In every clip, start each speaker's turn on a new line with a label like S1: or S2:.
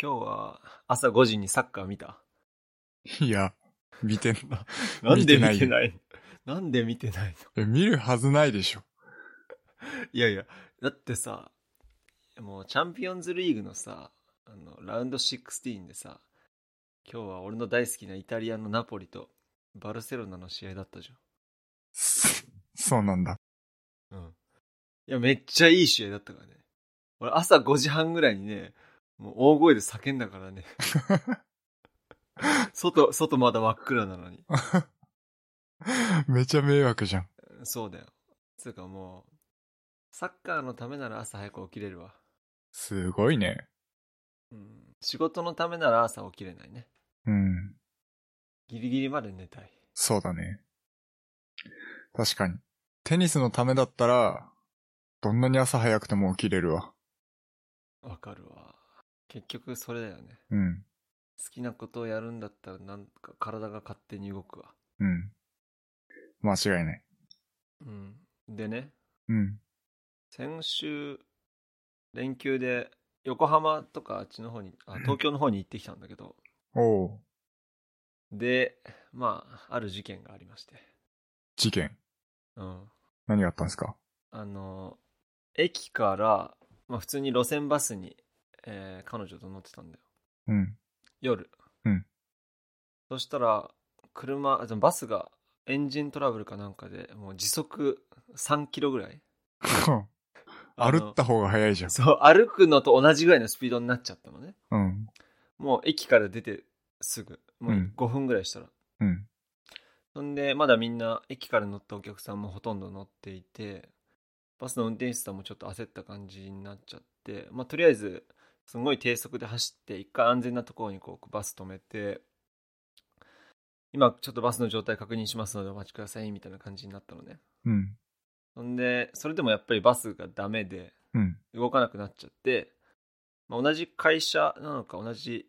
S1: 今日は朝5時にサッカー見た。
S2: いや、見てんな。
S1: なんで見
S2: 見
S1: て
S2: て
S1: ないなんで見てない
S2: え見るはずないでしょ。
S1: のいやいや、だってさ、もうチャンピオンズリーグのさ、あの、ラウンド16でさ、今日は俺の大好きなイタリアのナポリとバルセロナの試合だったじ
S2: そそうなんだ。
S1: ゃん。うん。いや、めっちゃいい試合だったからね。俺朝5時半ぐらいにね、もう大声で叫んだから ね。外、外まだ真っ暗なのに。
S2: めちゃ迷惑じゃん。
S1: そうだよ。つうかもう、サッカーのためなら朝早く起きれるわ。
S2: すごいね。
S1: うん。仕事のためなら朝起きれないね。
S2: うん。
S1: ギリギリまで寝たい。
S2: そうだね。確かに。テニスのためだったら、どんなに朝早くても起きれるわ。
S1: わかるわ。結局それだよね。
S2: うん。
S1: 好きなことをやるんだったらなんか体が勝手に動くわ。
S2: うん。間違いない。
S1: うん。でね、
S2: うん。
S1: 先週、連休で横浜とかあっちの方に、あ、東京の方に行ってきたんだけど、
S2: おう。
S1: で、まあ、ある事件がありまして。
S2: 事件。
S1: うん。
S2: 何があったんですか
S1: あの、駅から、まあ、普通に路線バスに、えー彼女と乗ってたんだよ。
S2: うん。
S1: 夜。
S2: うん
S1: そしたら、車、あバスがエンジントラブルかなんかで、もう時速3キロぐらい。あの
S2: 歩った方が早いじゃん。
S1: そう、歩くのと同じぐらいのスピードになっちゃったのね。
S2: うん。
S1: もう駅から出てすぐ、もううん5分ぐらいしたら。
S2: うん。
S1: そんで、まだみんな駅から乗ったお客さんもほとんど乗っていて、バスの運転手さんもちょっと焦った感じになっちゃって、まあ、とりあえず、すごい低速で走って、一回安全なところにこうバス止めて、今ちょっとバスの状態確認しますのでお待ちくださいみたいな感じになったのね。
S2: うん。
S1: そんで、それでもやっぱりバスがダメで、
S2: うん。
S1: 動かなくなっちゃって、まあ、同じ会社なのか同じ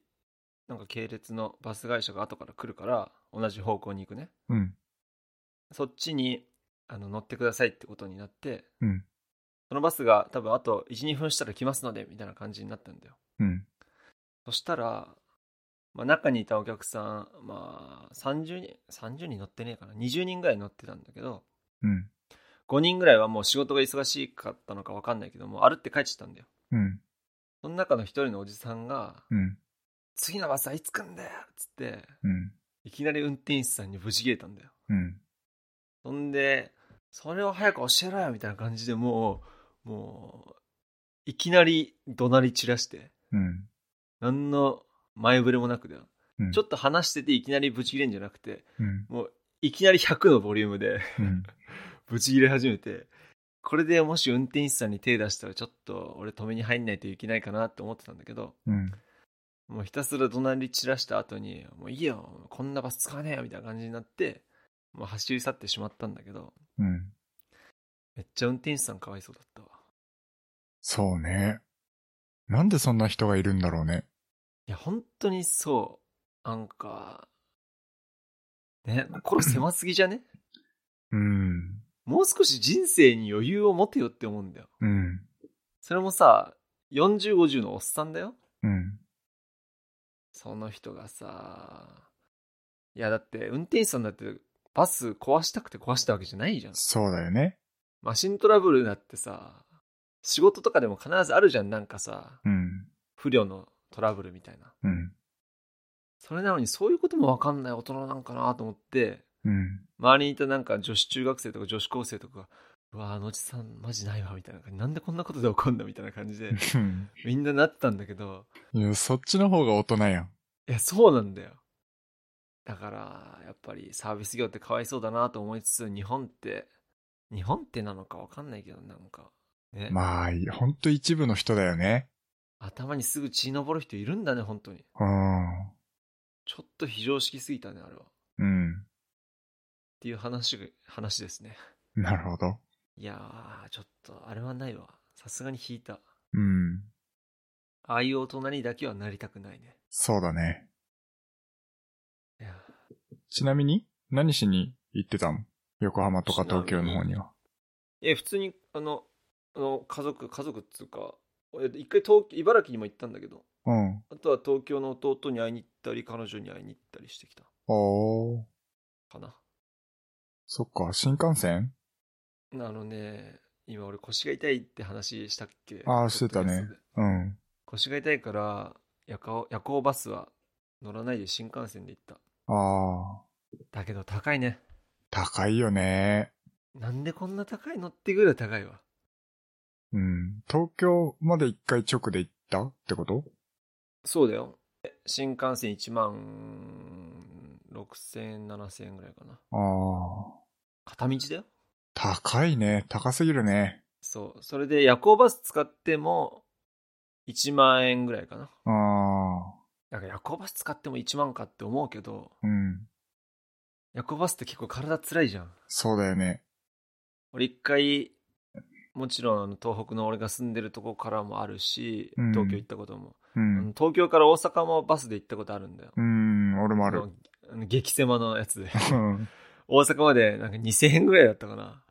S1: なんか系列のバス会社が後から来るから同じ方向に行くね
S2: うん。
S1: そっちにあの乗ってくださいってことになって、
S2: うん
S1: そのバスが多分あと12分したら来ますのでみたいな感じになったんだよ
S2: うん。
S1: そしたら、まあ、中にいたお客さんまあ30人30人乗ってねえかな20人ぐらい乗ってたんだけど
S2: うん。
S1: 5人ぐらいはもう仕事が忙しかったのか分かんないけどもう歩って帰っちゃったんだよ
S2: うん。
S1: その中の一人のおじさんが
S2: うん。
S1: 次のバスはいつ来んだよっつって
S2: うん。
S1: いきなり運転手さんにぶち切れたんだよ
S2: うん。
S1: そんでそれを早く教えろよみたいな感じでもうもういきなり怒鳴り散らして
S2: うん。
S1: 何の前触れもなくだよ、
S2: うん
S1: ちょっと話してていきなりぶち切れんじゃなくて
S2: うん。
S1: もういきなり100のボリュームで
S2: うん。
S1: ぶち切れ始めてこれでもし運転手さんに手出したらちょっと俺止めに入んないといけないかなって思ってたんだけど
S2: うん。
S1: もうひたすら怒鳴り散らした後に、もういいよ、こんなバス使わねえよ、みたいな感じになって、もう走り去ってしまったんだけど、
S2: うん。
S1: めっちゃ運転手さんかわいそうだったわ。
S2: そうね。なんでそんな人がいるんだろうね。
S1: いや、本当にそう。なんか、ね、心狭すぎじゃね
S2: うん。
S1: もう少し人生に余裕を持てよって思うんだよ。
S2: うん。
S1: それもさ、40、50のおっさんだよ。
S2: うん。
S1: その人がさ、いや、だって運転手さんだってバス壊したくて壊したわけじゃないじゃん。
S2: そうだよね。
S1: マシントラブルだってさ、仕事とかでも必ずあるじゃん、なんかさ、
S2: うん。
S1: 不慮のトラブルみたいな。
S2: うん。
S1: それなのにそういうこともわかんない大人なんかなと思って、
S2: うん。
S1: 周りにいたなんか女子中学生とか女子高生とかが、うわあのおじさんマジないわみたいな感じなんでこんなことで怒んだみたいな感じでみんななってたんだけど
S2: いや、そっちの方が大人やん。
S1: いやそうなんだよだからやっぱりサービス業ってかわいそうだなと思いつつ日本って日本ってなのかわかんないけどなんかね
S2: まあ、ほんと一部の人だよね。
S1: 頭にすぐ血昇る人いるんだね本当に
S2: うん。
S1: ちょっと非常識すぎたねあれはっ
S2: うん。
S1: ていう話が話ですね
S2: なるほど。
S1: いやーちょっとあれはないわさすがに引いた
S2: うん。
S1: ああいう大人にだけはなりたくないね
S2: そうだね。
S1: いや
S2: ちなみに、何しに行ってたの横浜とか東京の方には。
S1: ーえ普通にあのあの家族家族っつうかえ一回東茨城にも行ったんだけど
S2: うん。
S1: 東とは東京の弟に会いに行ったり、彼女に会いに行ったりしてきた
S2: あー。
S1: かな。
S2: そっか、新幹線
S1: あのね、今俺腰が痛いって話したっけ
S2: あーしてたね。うん。
S1: 腰が痛いから夜行、夜行バスは乗らないで新幹線で行った。
S2: あー。
S1: だけど高いね。
S2: 高いよね。
S1: なんでこんな高いのってぐらい高いわ。
S2: うん。東京まで一回直で行ったってこと
S1: そうだよ。新幹線1万6000円、7000円ぐらいかな。
S2: あー。
S1: 片道だよ。
S2: 高いね。高すぎるね。
S1: そう。それで夜行バス使っても1万円ぐらいかな。
S2: あ
S1: なんか夜行バス使っても1万かって思うけど、
S2: ー。うん。
S1: 夜行バスって結構体辛いじゃん。
S2: そうだよね。
S1: 俺一回、もちろんあの東北の俺が住んでるとこからもあるし、
S2: うん
S1: 東京行ったことも、あ
S2: う
S1: の
S2: ん。
S1: 東京から大阪もバスで行ったことあるんだよ。
S2: うん、俺もある。
S1: あの激狭のやつで。
S2: うん
S1: 大阪までなんか2000円ぐらいだったかな。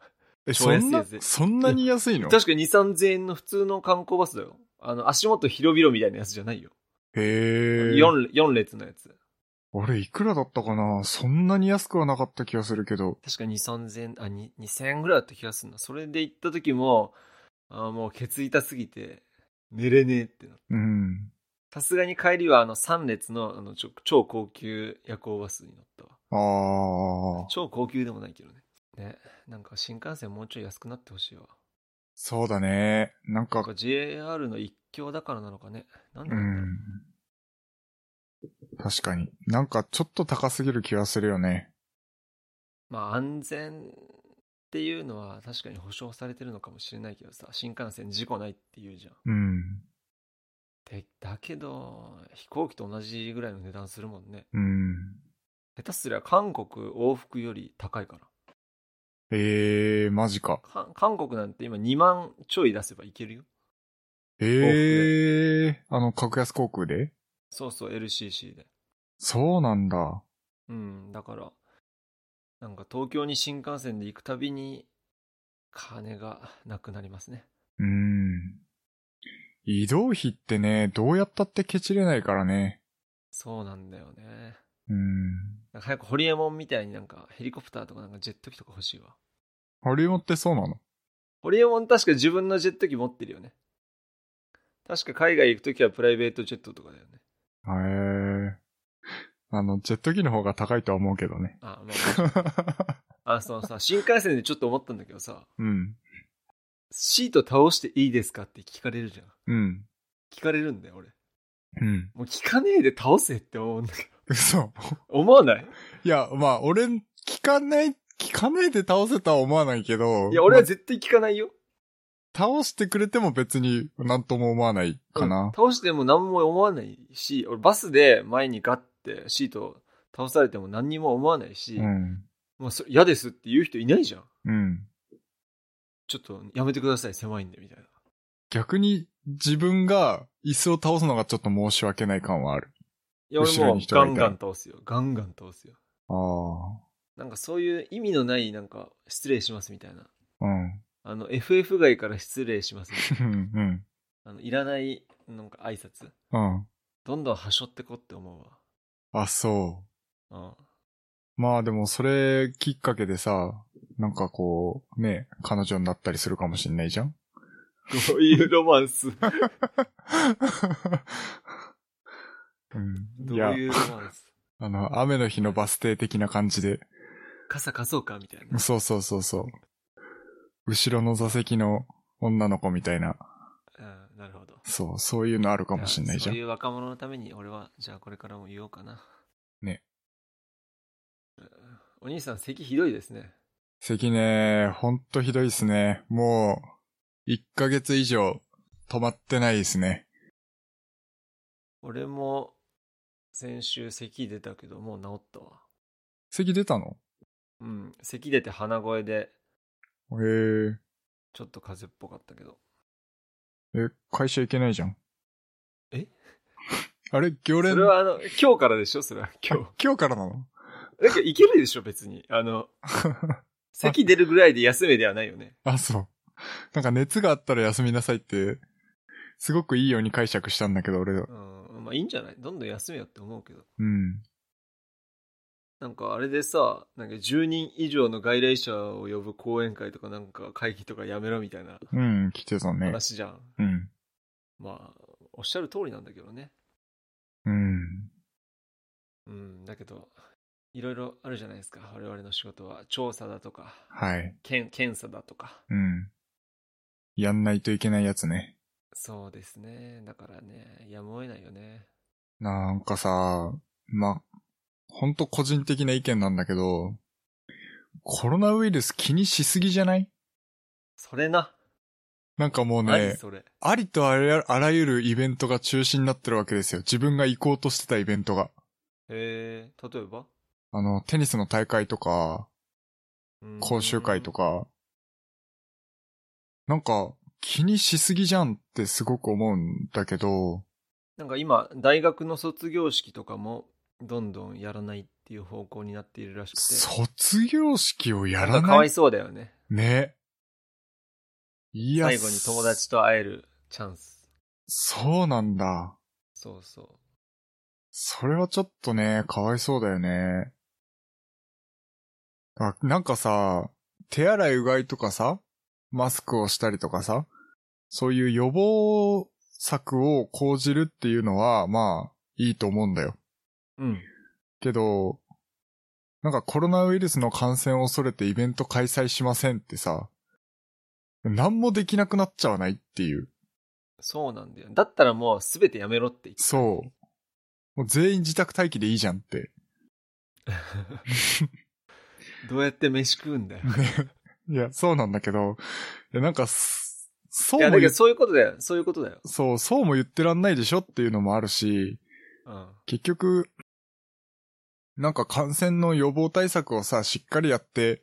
S2: え、
S1: 超
S2: そ
S1: 安い
S2: んな
S1: や、つ
S2: そんなに安いの
S1: 確かに2、3000円の普通の観光バスだよ。あの、足元広々みたいなやつじゃないよ。
S2: へー。
S1: 4, 4列のやつ。
S2: 俺いくらだったかなそんなに安くはなかった気がするけど。
S1: 確か2、3000、あ、に2000円ぐらいだった気がするな。それで行った時も、あもうケツ痛すぎて、寝れねえってなった
S2: うん。
S1: さすがに帰りはあの3列のあのちょ超高級夜行バスに乗ったわ。
S2: ああ。
S1: 超高級でもないけどね。ね、なんか新幹線もうちょい安くなってほしいわ。
S2: そうだね。なん
S1: な
S2: か
S1: ん、か JR の一強だからなのかね。なん
S2: う
S1: だろうね
S2: ん。確かに。なんかちょっと高すぎる気がするよね。
S1: まあ安全っていうのは確かに保証されてるのかもしれないけどさ、新幹線事故ないって言うじゃん。
S2: うん。
S1: でだけど、飛行機と同じぐらいの値段するもんね。
S2: うん。
S1: 下手すりゃ韓国往復より高いから。
S2: ええー、マジか。
S1: か韓国なんて今2万ちょい出せばいけるよ。
S2: ええー、あの、格安航空で
S1: そうそう、LCC で。
S2: そうなんだ。
S1: うん、だから、なんか東京に新幹線で行くたびに、金がなくなりますね。
S2: うん。移動費ってね、どうやったってケチれないからね。
S1: そうなんだよね。
S2: うん。
S1: なんか早くホリエモンみたいになんかヘリコプターとかなんかジェット機とか欲しいわ。
S2: ハリモンってそうなの
S1: ホリエモン確か自分のジェット機持ってるよね。確か海外行くときはプライベートジェットとかだよね。
S2: へえ。あの、ジェット機の方が高いとは思うけどね。
S1: あ、まあまあ、あ、そのさ、新幹線でちょっと思ったんだけどさ、
S2: うん。
S1: シート倒していいですかって聞かれるじゃん。
S2: うん。
S1: 聞かれるんだよ、俺。
S2: うん。
S1: もう聞かねえで倒せって思うんだけど。
S2: 嘘。
S1: 思わない
S2: いや、まあ、俺、聞かない、聞かないで倒せとは思わないけど。
S1: いや、俺は
S2: ま
S1: 絶対聞かないよ。
S2: あ倒してくれても別になんとも思わないか
S1: うん
S2: な。
S1: 倒しても何も思わないし、俺バスで前にガッてシート倒されても何にも思わないし、
S2: うん。
S1: もうそれ嫌ですって言う人いないじゃん。
S2: うん。
S1: ちょっとやめてください、狭いんで、みたいな。
S2: 逆に自分が椅子を倒すのがちょっと申し訳ない感はある。
S1: いや、俺
S2: 後ろ
S1: もう
S2: に人が
S1: ガ
S2: いた
S1: ン
S2: ら
S1: ガン倒すよ。ガンガン倒すよ。
S2: あ
S1: なんかそういう意味のない、なんか失礼しますみたいな。
S2: あ。うん。
S1: あの、FF 外から失礼しますみたいな。
S2: うん。
S1: あの、いらない、なんか挨拶。
S2: うん。
S1: どんどん端折ってこって思う
S2: あ、そう。
S1: わ。
S2: まあでもそれきっかけでさ、なんかこう、ね、彼女になったりするかもしんないじゃ ん
S1: うん。どういうロマンス ど
S2: うん、
S1: う
S2: いや、
S1: いうロマンス
S2: あの、雨の日のバス停的な感じで、
S1: 傘貸そうかみたいな。
S2: そうそうそうそう。後ろの座席の女の子みたいな、
S1: うん、なるほど。
S2: そう、そういうのあるかもしんないじゃ
S1: やそ
S2: ん。
S1: ういう若者のために俺は、じゃあこれからも言おうかな。
S2: ね
S1: うん。お兄さん、咳ひどいですね。
S2: 席ね、ほんとひどいっすね。もう、1ヶ月以上止まってないですね。
S1: 俺も、先週咳出たけど、もう治ったわ。
S2: 席出たの
S1: うん、咳出て鼻声で、
S2: へー
S1: ちょっと風邪っぽかったけど。
S2: え、会社行けないじゃん。
S1: え
S2: あれ行
S1: そ
S2: 連
S1: れはあの、今日からでしょそれは今日。
S2: 今日からなの
S1: なんかいけるでしょ別に。あ の、咳出るぐらいで休めではないよね。
S2: あ、そう。なんか熱があったら休みなさいって、すごくいいように解釈したんだけど、俺は。
S1: うん、まあいいんじゃないどんどん休めよって思うけど。
S2: うん。
S1: なんかあれでさ、なんか10人以上の外来者を呼ぶ講演会とかなんか会議とかやめろみたいな
S2: うん、来てたね。
S1: 話じゃん。
S2: うん。
S1: まあ、おっしゃる通りなんだけどね。
S2: うん。
S1: うん、だけど、いろいろあるじゃないですか。我々の仕事は。調査だとか、
S2: はい。
S1: 検検査だとか。
S2: うん。やんないといけないやつね。
S1: そうですね。だからね、やむを得ないよね。
S2: なんかさ、ま、ほんと個人的な意見なんだけど、コロナウイルス気にしすぎじゃない
S1: それな。
S2: なんかもう
S1: 何
S2: ね、
S1: それ。
S2: ありとあらあらゆるイベントが中止になってるわけですよ。自分が行こうとしてたイベントが。
S1: えー、例えば
S2: あの、テニスの大会とか、講習会と
S1: か。
S2: か、なんか気にしすぎじゃんってすごく思うんだけど、
S1: なんか今、大学の卒業式とかも、どんどんやらないっていう方向になっているらしくて。
S2: 卒業式をや
S1: な
S2: ら
S1: んかか
S2: な
S1: わ
S2: い
S1: いそうだよね。
S2: ね。いや、
S1: 最後に友達と会えるチャンス。
S2: そうなんだ。
S1: そうそ
S2: それはちょっとね、かわいそうだよね。あなんかさ、手洗いうがいとかさ、マスクをしたりとかさ、そういう予防策を講じるっていうのは、まあ、いいと思うんだよ。
S1: う。うん。
S2: けど、なんかコロナウイルスの感染を恐れてイベント開催しませんってさ、何もできなくなっちゃわないっていう。
S1: そうなんだよ。だったらもう全てやめろって言って。
S2: そう。もう全員自宅待機でいいじゃんって。
S1: どうやって飯食 うんだよ。
S2: いや、そうなんだけど、いや、なんかす、そ
S1: いうや、
S2: も
S1: だけ
S2: 言
S1: どそういうことだよ。そういうことだよ。
S2: そう、そうも言ってらんないでしょっていうのもあるし、
S1: うん。
S2: 結局、なんか感染の予防対策をさ、しっかりやって、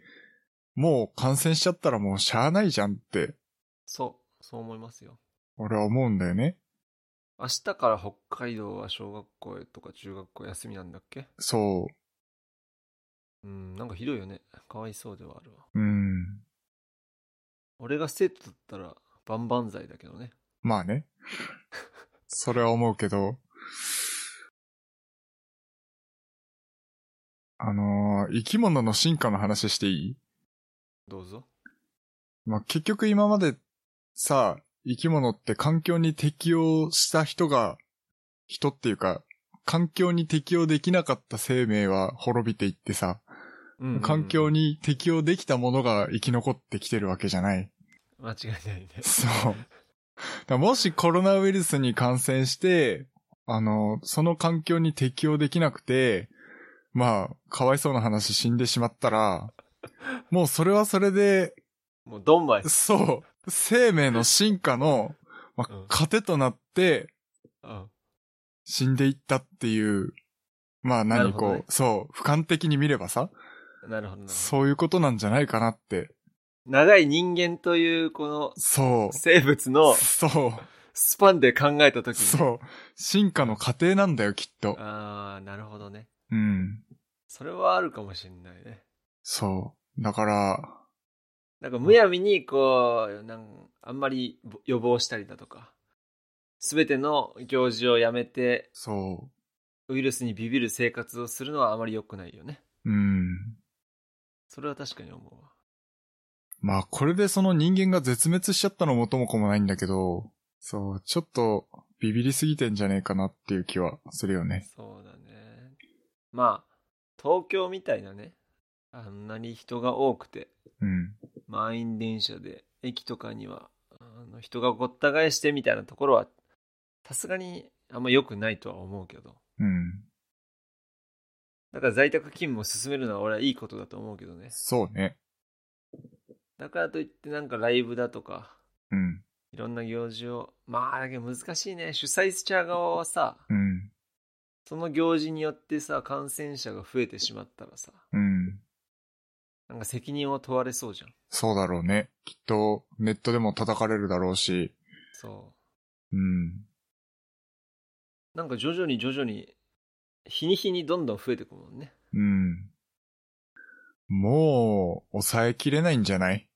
S2: もう感染しちゃったらもうしゃあないじゃんって、
S1: そう。そう思いますよ。
S2: 俺は思うんだよね。
S1: 明日から北海道は小学校とか中学校休みなんだっけ
S2: そ
S1: うん、なんかひどいよね。かわいそうではあるわ。
S2: う。うん。
S1: 俺が生徒だったら万々歳だけどね。
S2: まあね。それは思うけど。あのー生き物の進化の話していい
S1: どうぞ。
S2: まあ、結局今までさ、生き物って環境に適応した人が、人っていうか、環境に適応できなかった生命は滅びていってさ、
S1: うんうんうん
S2: 環境。に適応できたものが生き残ってきてるわけじゃない。
S1: 間違いないね。
S2: そう。だからもしコロナウイルスに感染して、あの、その環境に適応できなくて、まあ、かわいそうな話死んでしまったら、もうそれはそれで、
S1: もうドンマイ。
S2: そう、生命の進化の、ま
S1: うん
S2: あ、糧となって
S1: うん。
S2: 死んでいったっていう、まあ
S1: なる
S2: 何
S1: ほ
S2: こ
S1: ど
S2: う、
S1: ね
S2: そう、俯瞰的に見ればさ、
S1: なるほどなるほど。
S2: そういうことなんじゃないかなって、
S1: 長い人間というこの
S2: そう、
S1: 生物の
S2: そう。
S1: スパンで考えたときに。う。
S2: そう。進化の過程なんだよ、きっと。
S1: あー、なるほどね。
S2: うん。
S1: それはあるかもしれないね。
S2: そう。だから、
S1: なんかむやみにこう、なんあんまり予防したりだとか、すべての行事をやめて、
S2: そ
S1: ウイルスにビビる生活をするのはあまり良くないよね。
S2: う。うん。
S1: それは確かに思うわ。
S2: まあ、これでその人間が絶滅しちゃったのもともこもないんだけど、そう、ちょっと、ビビりすぎてんじゃねえかなっていう気はするよね。
S1: そうだね。まあ、東京みたいなね、あんなに人が多くて、
S2: うん。
S1: 満員電車で、駅とかには、あの人がごった返してみたいなところは、さすがにあんま良くないとは思うけど。
S2: うん。
S1: だから在宅勤務を進めるのは俺はいいことだと思うけどね。
S2: そうね。
S1: だからといってなんかライブだとか、
S2: うん。
S1: いろんな行事を、まあ、だけど難しいね。主催者側はさ、
S2: うん。
S1: その行事によってさ、感染者が増えてしまったらさ、
S2: うん。
S1: なんか責任を問われそうじゃん。
S2: そうだろうね。きっと、ネットでも叩かれるだろうし、
S1: そ
S2: うん。
S1: う。なんか徐々に徐々に、日に日にどんどん増えてくもんね。
S2: うん。もう、抑えきれないんじゃない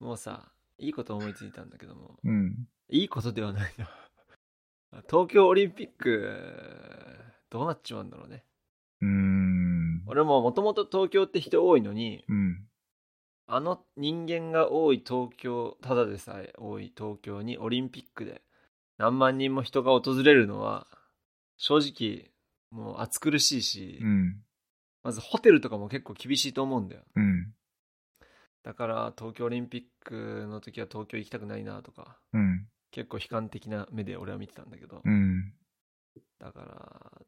S1: もうさ、いいこと思いついたんだけども、
S2: うん。
S1: いいことではないな。 東京オリンピック、どうなっちまうんだろうね。
S2: うーん。
S1: 俺ももともと東京って人多いのに、
S2: うん。
S1: あの人間が多い東京、ただでさえ多い東京にオリンピックで何万人も人が訪れるのは、正直、もう暑苦しいし、
S2: うん。
S1: まずホテルとかも結構厳しいと思うんだよ。
S2: うん。
S1: だから東京オリンピックの時は東京行きたくないなとか、
S2: うん。
S1: 結構悲観的な目で俺は見てたんだけど、
S2: うん。
S1: だから、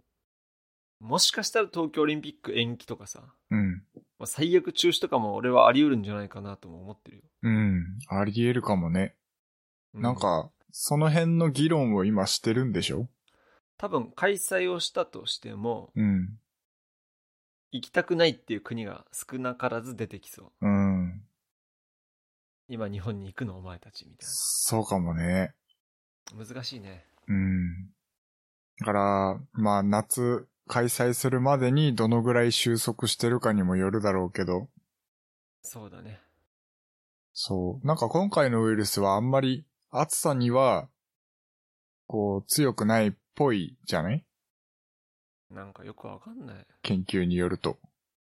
S1: もしかしたら東京オリンピック延期とかさ、
S2: うん。
S1: まあ最悪中止とかも俺はあり得るんじゃないかなとも思ってるよ。
S2: うん。あり得るかもね。
S1: う
S2: なんか、その辺の議論を今してるんでしょ
S1: 多分開催をしたとしても
S2: うん。
S1: 行きたくないっていう国が少なからず出てきそう
S2: うん。
S1: 今日本に行くのお前たちみたい
S2: そうかもね。
S1: な難しいね
S2: うん。だから、まあ、夏開催するまでにどのぐらい収束してるかにもよるだろうけど、
S1: そうだね
S2: そう。なんか今回のウイルスはあんまり暑さには、こう、強くないっぽいじゃない
S1: なんかよくわかんないへ
S2: 研究によると。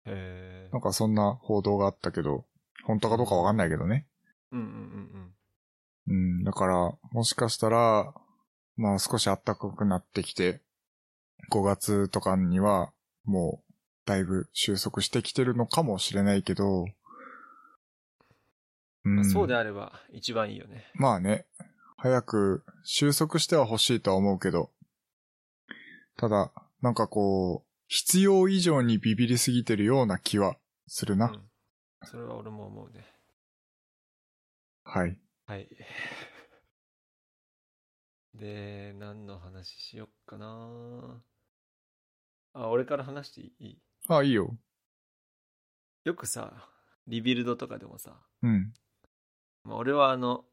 S1: え
S2: なんかそんな報道があったけど、本当かどうかわかんないけどね。
S1: うんうんうん
S2: うん、だから、もしかしたら、まあ少し暖かくなってきて、5月とかには、もう、だいぶ収束してきてるのかもしれないけど、
S1: うん、
S2: う
S1: まあ
S2: ん、
S1: そうであれば一番いいよね
S2: まあね、早く収束しては欲しいとは思うけど、ただ、なんかこう、必要以上にビビりすぎてるような気はするな。
S1: うんそれは俺も思うね
S2: はい。
S1: はい で何の話しよっかなあ俺から話していい
S2: あ、いいよ。
S1: よくさリビルドとかでもさ
S2: うん、
S1: まあ、俺はあの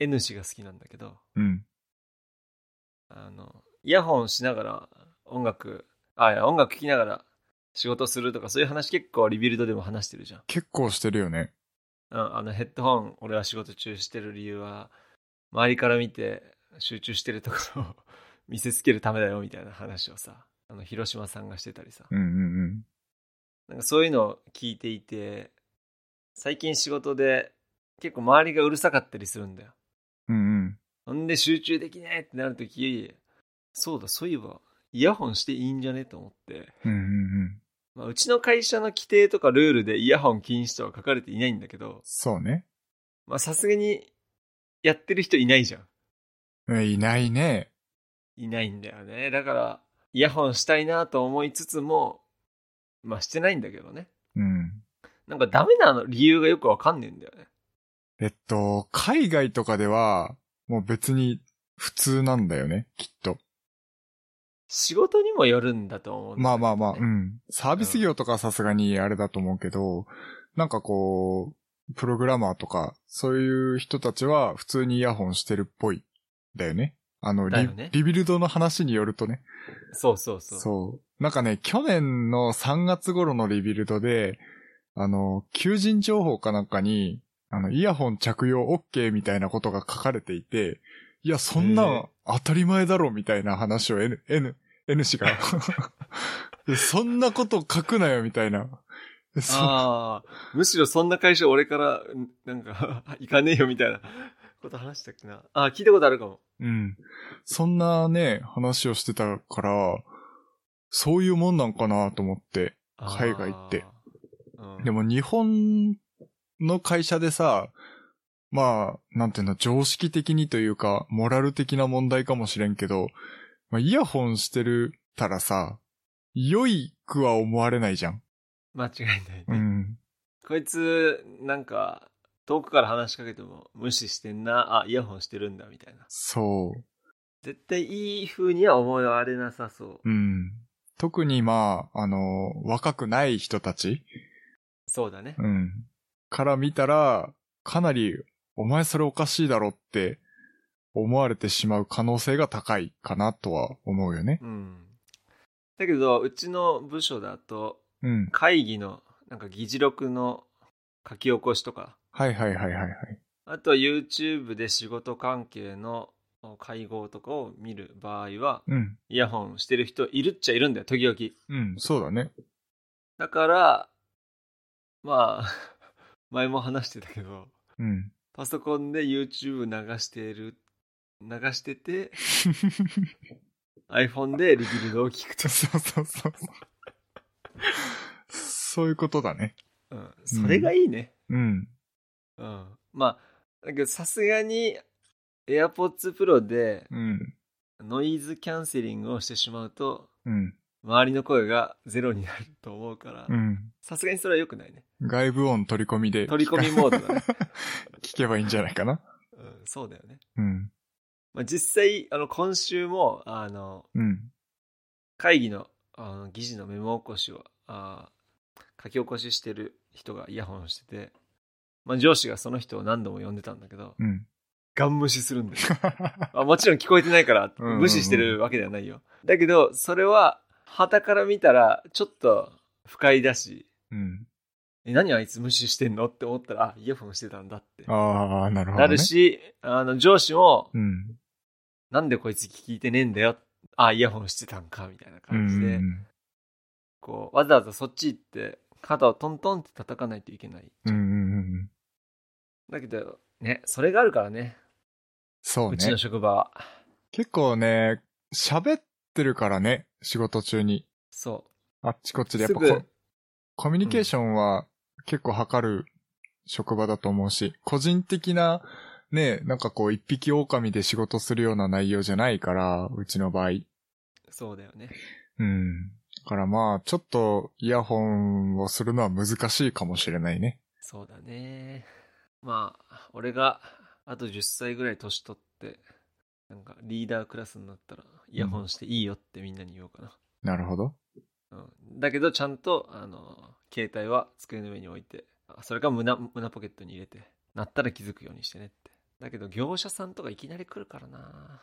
S1: N 氏が好きなんだけど
S2: うん、
S1: あのイヤホンしながら音楽あいや音楽聴きながら仕事するとかそういう話結構リビルドでも話してるじゃん、
S2: 結構してるよね。
S1: うん、あのヘッドホン俺は仕事中してる理由は周りから見て集中してるところを 見せつけるためだよみたいな話をさあの広島さんがしてたりさ
S2: うん、うん、うん。
S1: なんかそういうのを聞いていて最近仕事で結構周りがうるさかったりするんだよ
S2: うんうん。
S1: ほんで集中できないってなるとき、そうだ、そういえば、イヤホンしていいんじゃねと思って、
S2: うんうんうん。
S1: まあ、うちの会社の規定とかルールでイヤホン禁止とは書かれていないんだけど、
S2: そうね。
S1: まあさすがにやってる人いないじゃん。
S2: うんいないね。
S1: いないんだよね。だから、イヤホンしたいなと思いつつも、まあしてないんだけどね。
S2: うん。
S1: なんかダメなの理由がよくわかんねえんだよね。
S2: えっと、海外とかでは、もう別に普通なんだよね、きっと。
S1: 仕事にもよるんだと思うんだけどね、
S2: まあまあまあ、うん。サービス業とかはさすがにあれだと思うけど、なんかこう、プログラマーとか、そういう人たちは普通にイヤホンしてるっぽい。だよね。あの、
S1: だ
S2: リ
S1: よね
S2: リビルドの話によるとね。
S1: そうそうそう。
S2: そう。なんかね、去年の3月頃のリビルドで、あの、求人情報かなんかに、あの、イヤホン着用 OK みたいなことが書かれていて、いや、そんな
S1: へえ
S2: ん当たり前だろみたいな話を N、N、N 氏が。いやそんなこと書くなよみたいな。そ
S1: ああ、むしろそんな会社俺から、んなんか、 行かねえよみたいなこと話したっけな。ああ、聞いたことあるかも。
S2: うん。そんなね、話をしてたから、そういうもんなんかなと思って。
S1: あー
S2: 海外って。
S1: うん、
S2: でも日本の会社でさ、まあ、なんていうの、常識的にというか、モラル的な問題かもしれんけど、まあ、イヤホンしてるたらさ、良いくは思われないじゃん。
S1: 間違いない、
S2: う
S1: ね
S2: ん。
S1: こいつ、なんか、遠くから話しかけても無視してんな、あ、イヤホンしてるんだみたいな。
S2: そう。
S1: 絶対いい風には思われなさそう。
S2: うん。特にまあ、あの、若くない人たち、
S1: そうだね。
S2: うん。から見たら、かなり、お前それおかしいだろって思われてしまう可能性が高いかなとは思うよね。
S1: うん。だけど、うちの部署だと、
S2: うん。
S1: 会議の、なんか議事録の書き起こしとか、
S2: はいはいはいはいはい。
S1: あと YouTube で仕事関係の会合とかを見る場合は、
S2: うん。
S1: イヤホンしてる人いるっちゃいるんだよ、時々。
S2: うん、そうだね。
S1: だから、まあ、 前も話してたけど、
S2: うん。
S1: パソコンで YouTube 流してる、流してて、iPhone でリビルドを聞くと。
S2: そうそうそう。そういうことだね。
S1: うん、それがいいね。
S2: うん。
S1: うん。まあ、だけどさすがに AirPods Pro で
S2: うん。
S1: ノイズキャンセリングをしてしまうと、
S2: うん。
S1: 周りの声がゼロになると思うから
S2: う、ん。
S1: さすがにそれは良くないね。
S2: 外部音取り込みで。
S1: 取り込みモードだね。
S2: 聞けばいいんじゃないかな。
S1: うん、そうだよね。
S2: うん。
S1: まあ、実際、あの、今週も、あの、
S2: うん。
S1: 会議のあの議事のメモ起こしをあー書き起こししてる人がイヤホンをしてて、まあ、上司がその人を何度も呼んでたんだけど
S2: うん。
S1: ガン無視するんだよあもちろん聞こえてないから
S2: うんうんうん
S1: 無視してるわけではないよ、だけどそれは旗から見たらちょっと不快だし
S2: うん。
S1: え何あいつ無視してんのって思ったらあイヤホンしてたんだって
S2: ああ、なるほど、ね。
S1: なる。しあの上司も、
S2: うん。
S1: なんでこいつ聞いてねえんだよあイヤホンしてたんかみたいな
S2: うん
S1: 感じで、こう、わざわざそっち行って、肩をトントンって叩かないといけない。
S2: うんうん。うんうんうん。
S1: だけど、ね、それがあるからね、
S2: そうう
S1: ち
S2: ね
S1: の。職場は。
S2: 結構ね、喋ってるからね、仕事中に。
S1: そ
S2: あっちこっちで。やっぱ
S1: すぐ
S2: ココミュニケーションは結構測る職場だと思うし、個人的な、ね、なんかこう一匹狼で仕事するような内容じゃないから、うちの場合。
S1: う、そうだよね。
S2: うん。だからまあ、ちょっとイヤホンをするのは難しいかもしれないね。
S1: そうだね。まあ、俺が、あと10歳ぐらい年取って、なんかリーダークラスになったら、イヤホンしていいよってみんなに言おうかな。
S2: なるほど。
S1: うん、だけど、ちゃんと、あの、携帯は机の上に置いて、あそれか胸、胸ポケットに入れて、鳴ったら気づくようにしてねって。だけど、業者さんとかいきなり来るからな。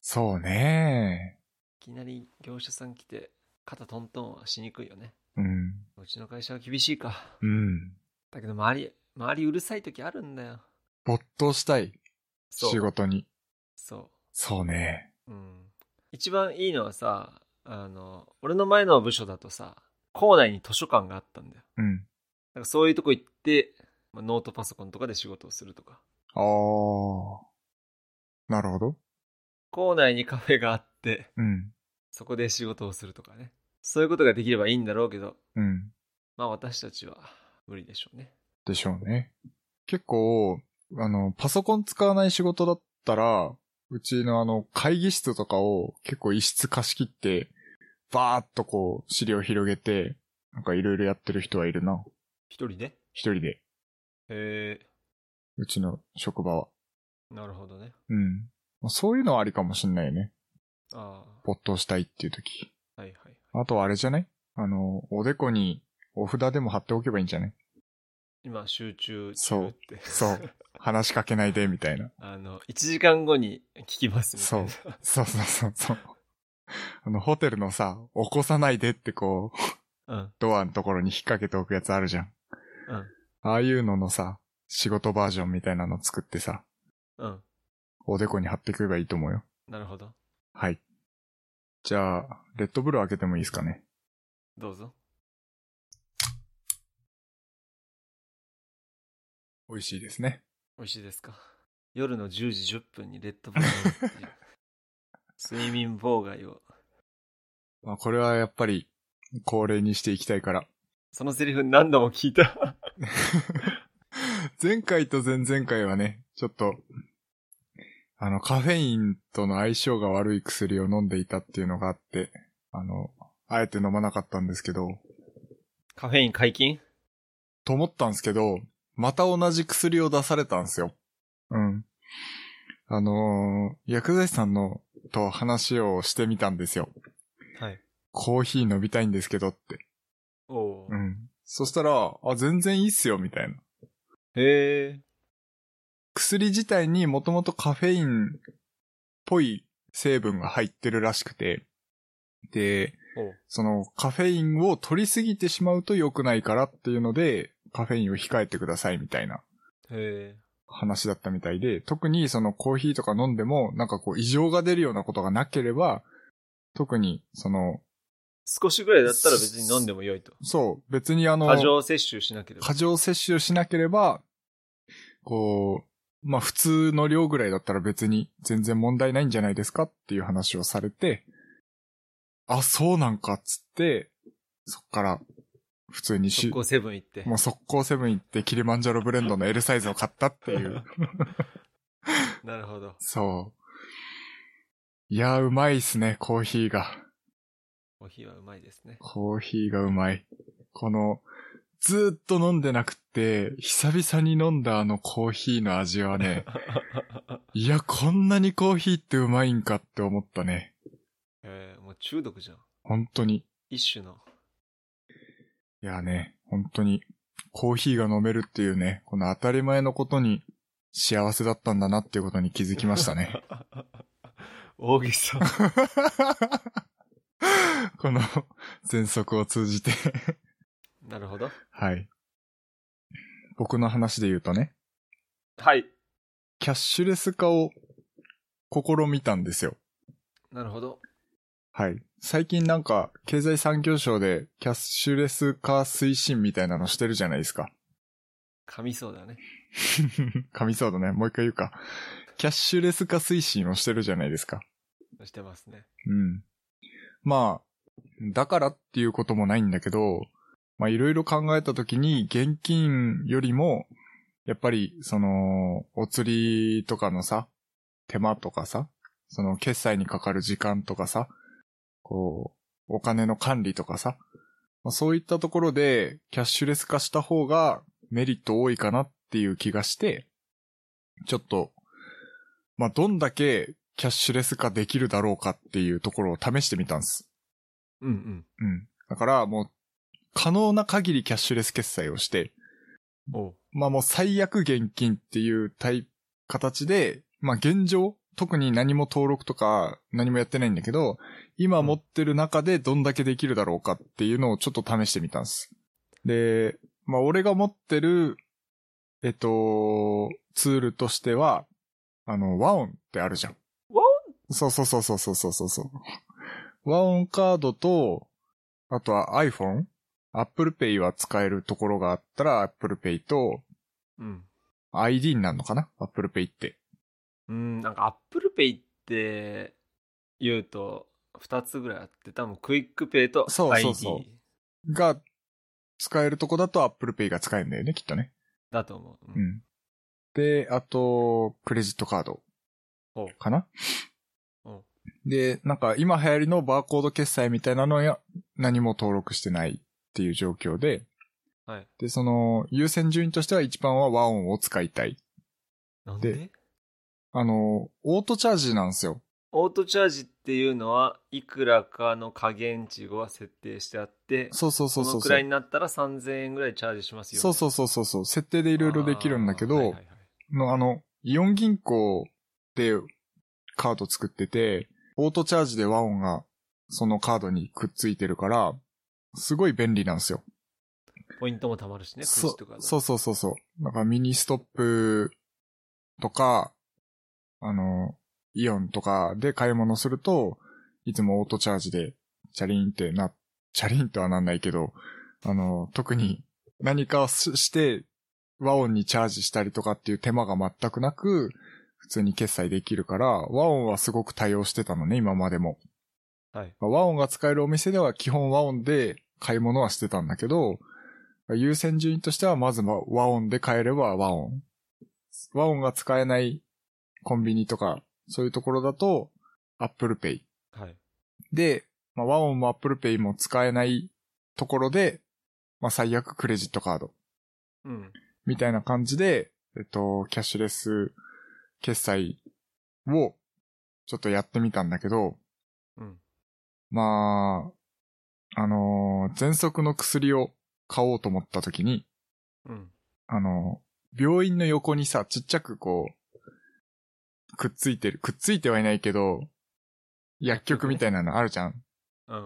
S2: そうね。
S1: いきなり業者さん来て肩トントンはしにくいよね
S2: うん。
S1: うちの会社は厳しいか
S2: うん。
S1: だけど周り周りうるさい時あるんだよ
S2: 没頭したい。
S1: そう
S2: 仕事に。
S1: そ
S2: そうね。
S1: ううん一番いいのはさあの俺の前の部署だとさ校内に図書館があったんだよ
S2: うん。
S1: だからそういうとこ行って、まあノートパソコンとかで仕事をするとか
S2: ああ。なるほど。
S1: 校内にカフェがあって
S2: うん。
S1: そこで仕事をするとかねそういうことができればいいんだろうけど
S2: うん。
S1: まあ私たちは無理でしょうね
S2: でしょうね。結構、あの、パソコン使わない仕事だったら、うちのあの、会議室とかを結構一室貸し切って、バーっとこう、資料広げて、なんかいろいろやってる人はいるな。
S1: 一人で
S2: 一人で、
S1: へ
S2: うちの職場は。
S1: えなるほどね
S2: うん。まあそういうのはありかもしんないよね。
S1: ああ
S2: 没頭したいっていう時。
S1: はいはい。
S2: あとはあれじゃないあの、おでこにお札でも貼っておけばいいんじゃない
S1: 今、集中
S2: そう
S1: 中って。
S2: そう。話しかけないで、みたいな。
S1: あの、1時間後に聞きますみたいな。
S2: そうそうそうそう。あの、ホテルのさ、起こさないでってこ う、
S1: う。ん。
S2: ドアのところに引っ掛けておくやつあるじゃん。
S1: うん。
S2: ああいうののさ、仕事バージョンみたいなの作ってさ、
S1: うん。
S2: おでこに貼ってくればいいと思うよ。
S1: なるほど。
S2: はい。じゃあ、レッドブル開けてもいいですかね。
S1: どうぞ。
S2: 美味しいですね。
S1: 美味しいですか。夜の10時10分にレッドブルを飲むっていう睡眠妨害を。
S2: まあ、これはやっぱり、恒例にしていきたいから。
S1: そのセリフ何度も聞いた。
S2: 前回と前々回はね、ちょっと、あの、カフェインとの相性が悪い薬を飲んでいたっていうのがあって、あの、あえて飲まなかったんですけど、
S1: カフェイン解禁
S2: と思ったんですけど、また同じ薬を出されたんですよ。うん。あのー薬剤師さんの、と話をしてみたんですよ。
S1: はい。
S2: コーヒー飲みたいんですけどって。
S1: おお
S2: う。ん。そしたら、あ、全然いいっすよ、みたいな。
S1: へえ。
S2: 薬自体にもともとカフェインっぽい成分が入ってるらしくて、で、
S1: おう
S2: そのカフェインを取りすぎてしまうと良くないからっていうので、カフェインを控えてくださいみたいな
S1: へえ。
S2: 話だったみたいで、特にそのコーヒーとか飲んでも、なんかこう異常が出るようなことがなければ、特にその、
S1: 少しぐらいだったら別に飲んでも良いと。
S2: そう、別にあの、
S1: 過剰摂取しなければ
S2: 過。剰摂取をしなければ、こう、まあ普通の量ぐらいだったら別に全然問題ないんじゃないですかっていう話をされて、あ、そうなんかっつって、そっから普通に
S1: そ
S2: し
S1: こ、セブン行って。
S2: もう速攻セブン行ってキリマンジャロブレンドの L サイズを買ったっていう。
S1: なるほど。
S2: そう。いやー、うまいっすね、コーヒーが。
S1: コーヒーはうまいです ね。
S2: コーヒーがうまい。この、ずーっと飲んでなくって、久々に飲んだあのコーヒーの味はね、いや、こんなにコーヒーってうまいんかって思ったね。
S1: えー、もう中毒じゃん。
S2: 本当に。
S1: 一種の。
S2: いやね、本当に、コーヒーが飲めるっていうね、この当たり前のことに幸せだったんだなっていうことに気づきましたね。
S1: 大げさ。
S2: この、全速を通じて、
S1: なるほど。
S2: はい。僕の話で言うとね、
S1: はい。
S2: キャッシュレス化を試みたんですよ。
S1: なるほど。
S2: はい。最近なんか、経済産業省でキャッシュレス化推進みたいなのしてるじゃないですか。
S1: 噛みそうだね。
S2: 噛みそうだね。もう一回言うか。キャッシュレス化推進をしてるじゃないですか。
S1: してますね。
S2: うん。まあ、だからっていうこともないんだけど、まあいろいろ考えたときに現金よりも、やっぱり、その、お釣りとかのさ、手間とかさ、その決済にかかる時間とかさ、こう、お金の管理とかさ、まあ、そういったところでキャッシュレス化した方がメリット多いかなっていう気がして、ちょっと、まあ、どんだけキャッシュレス化できるだろうかっていうところを試してみたんです。
S1: うんうん。
S2: うん。だからもう、可能な限りキャッシュレス決済をして、
S1: おう
S2: まあもう最悪現金っていうタイ形で、まあ現状、特に何も登録とか何もやってないんだけど、今持ってる中でどんだけできるだろうかっていうのをちょっと試してみたんです。で、まあ俺が持ってる、えっと、ツールとしては、あの、和音ってあるじゃん。
S1: 和
S2: 音そうそうそうそうそうそうそう。和音カードと、あとは iPhone? Apple Pay は使えるところがあったら Apple Pay と、
S1: うん。
S2: ID になるのかな ?Apple Pay って。
S1: うん、なんか Apple Pay って言うと2つぐらいあって、多分クイックペイと ID。
S2: そうそうそうが、使えるとこだと Apple Pay が使えるんだよね、きっとね。
S1: だと思う。
S2: う
S1: うん
S2: ん。で、あと、クレジットカード
S1: お。
S2: かな
S1: お
S2: で、なんか今流行りのバーコード決済みたいなのや、何も登録してないっていう状況で、
S1: はい。
S2: で、その、優先順位としては一番は和音を使いたい。
S1: なんで
S2: あの、オートチャージなんですよ。
S1: オートチャージっていうのはいくらかの加減値は設定してあって、
S2: そうそうそう
S1: こ
S2: そ
S1: の
S2: う
S1: く
S2: そ
S1: ら
S2: う
S1: い。になったら3000円ぐらいチャージしますよ。
S2: そうそうそうそうそう。設定で
S1: う
S2: いろいろできるんだけど、
S1: はいはいはい
S2: の、あの、イオン銀行でカード作ってて、オートチャージで和音がそのカードにくっついてるから、すごい便利なんですよ。
S1: ポイントも貯まるしね、クレジ
S2: そ
S1: ットカード
S2: そうそうそうそう。なんかミニストップとか、あの、イオンとかで買い物すると、いつもオートチャージで、チャリンってな、チャリンとはなんないけど、あの、特に何かをしして、和音にチャージしたりとかっていう手間が全くなく、普通に決済できるから、和音はすごく対応してたのね、今までも。
S1: はい。
S2: まあ和音が使えるお店では基本和音で買い物はしてたんだけど、優先順位としてはまずまあ和音で買えれば和音。和音が使えないコンビニとか、そういうところだと Apple Pay。
S1: はい。
S2: で、まあ、和音も Apple Pay も使えないところで、まあ、最悪クレジットカード。
S1: うん。
S2: みたいな感じで、えっと、キャッシュレス決済をちょっとやってみたんだけど、
S1: うん。
S2: まあ、あのー、喘息の薬を買おうと思った時に、
S1: うん。
S2: あのー、病院の横にさ、ちっちゃくこう、くっついてる。くっついてはいないけど、薬局みたいなのあるじゃん。
S1: う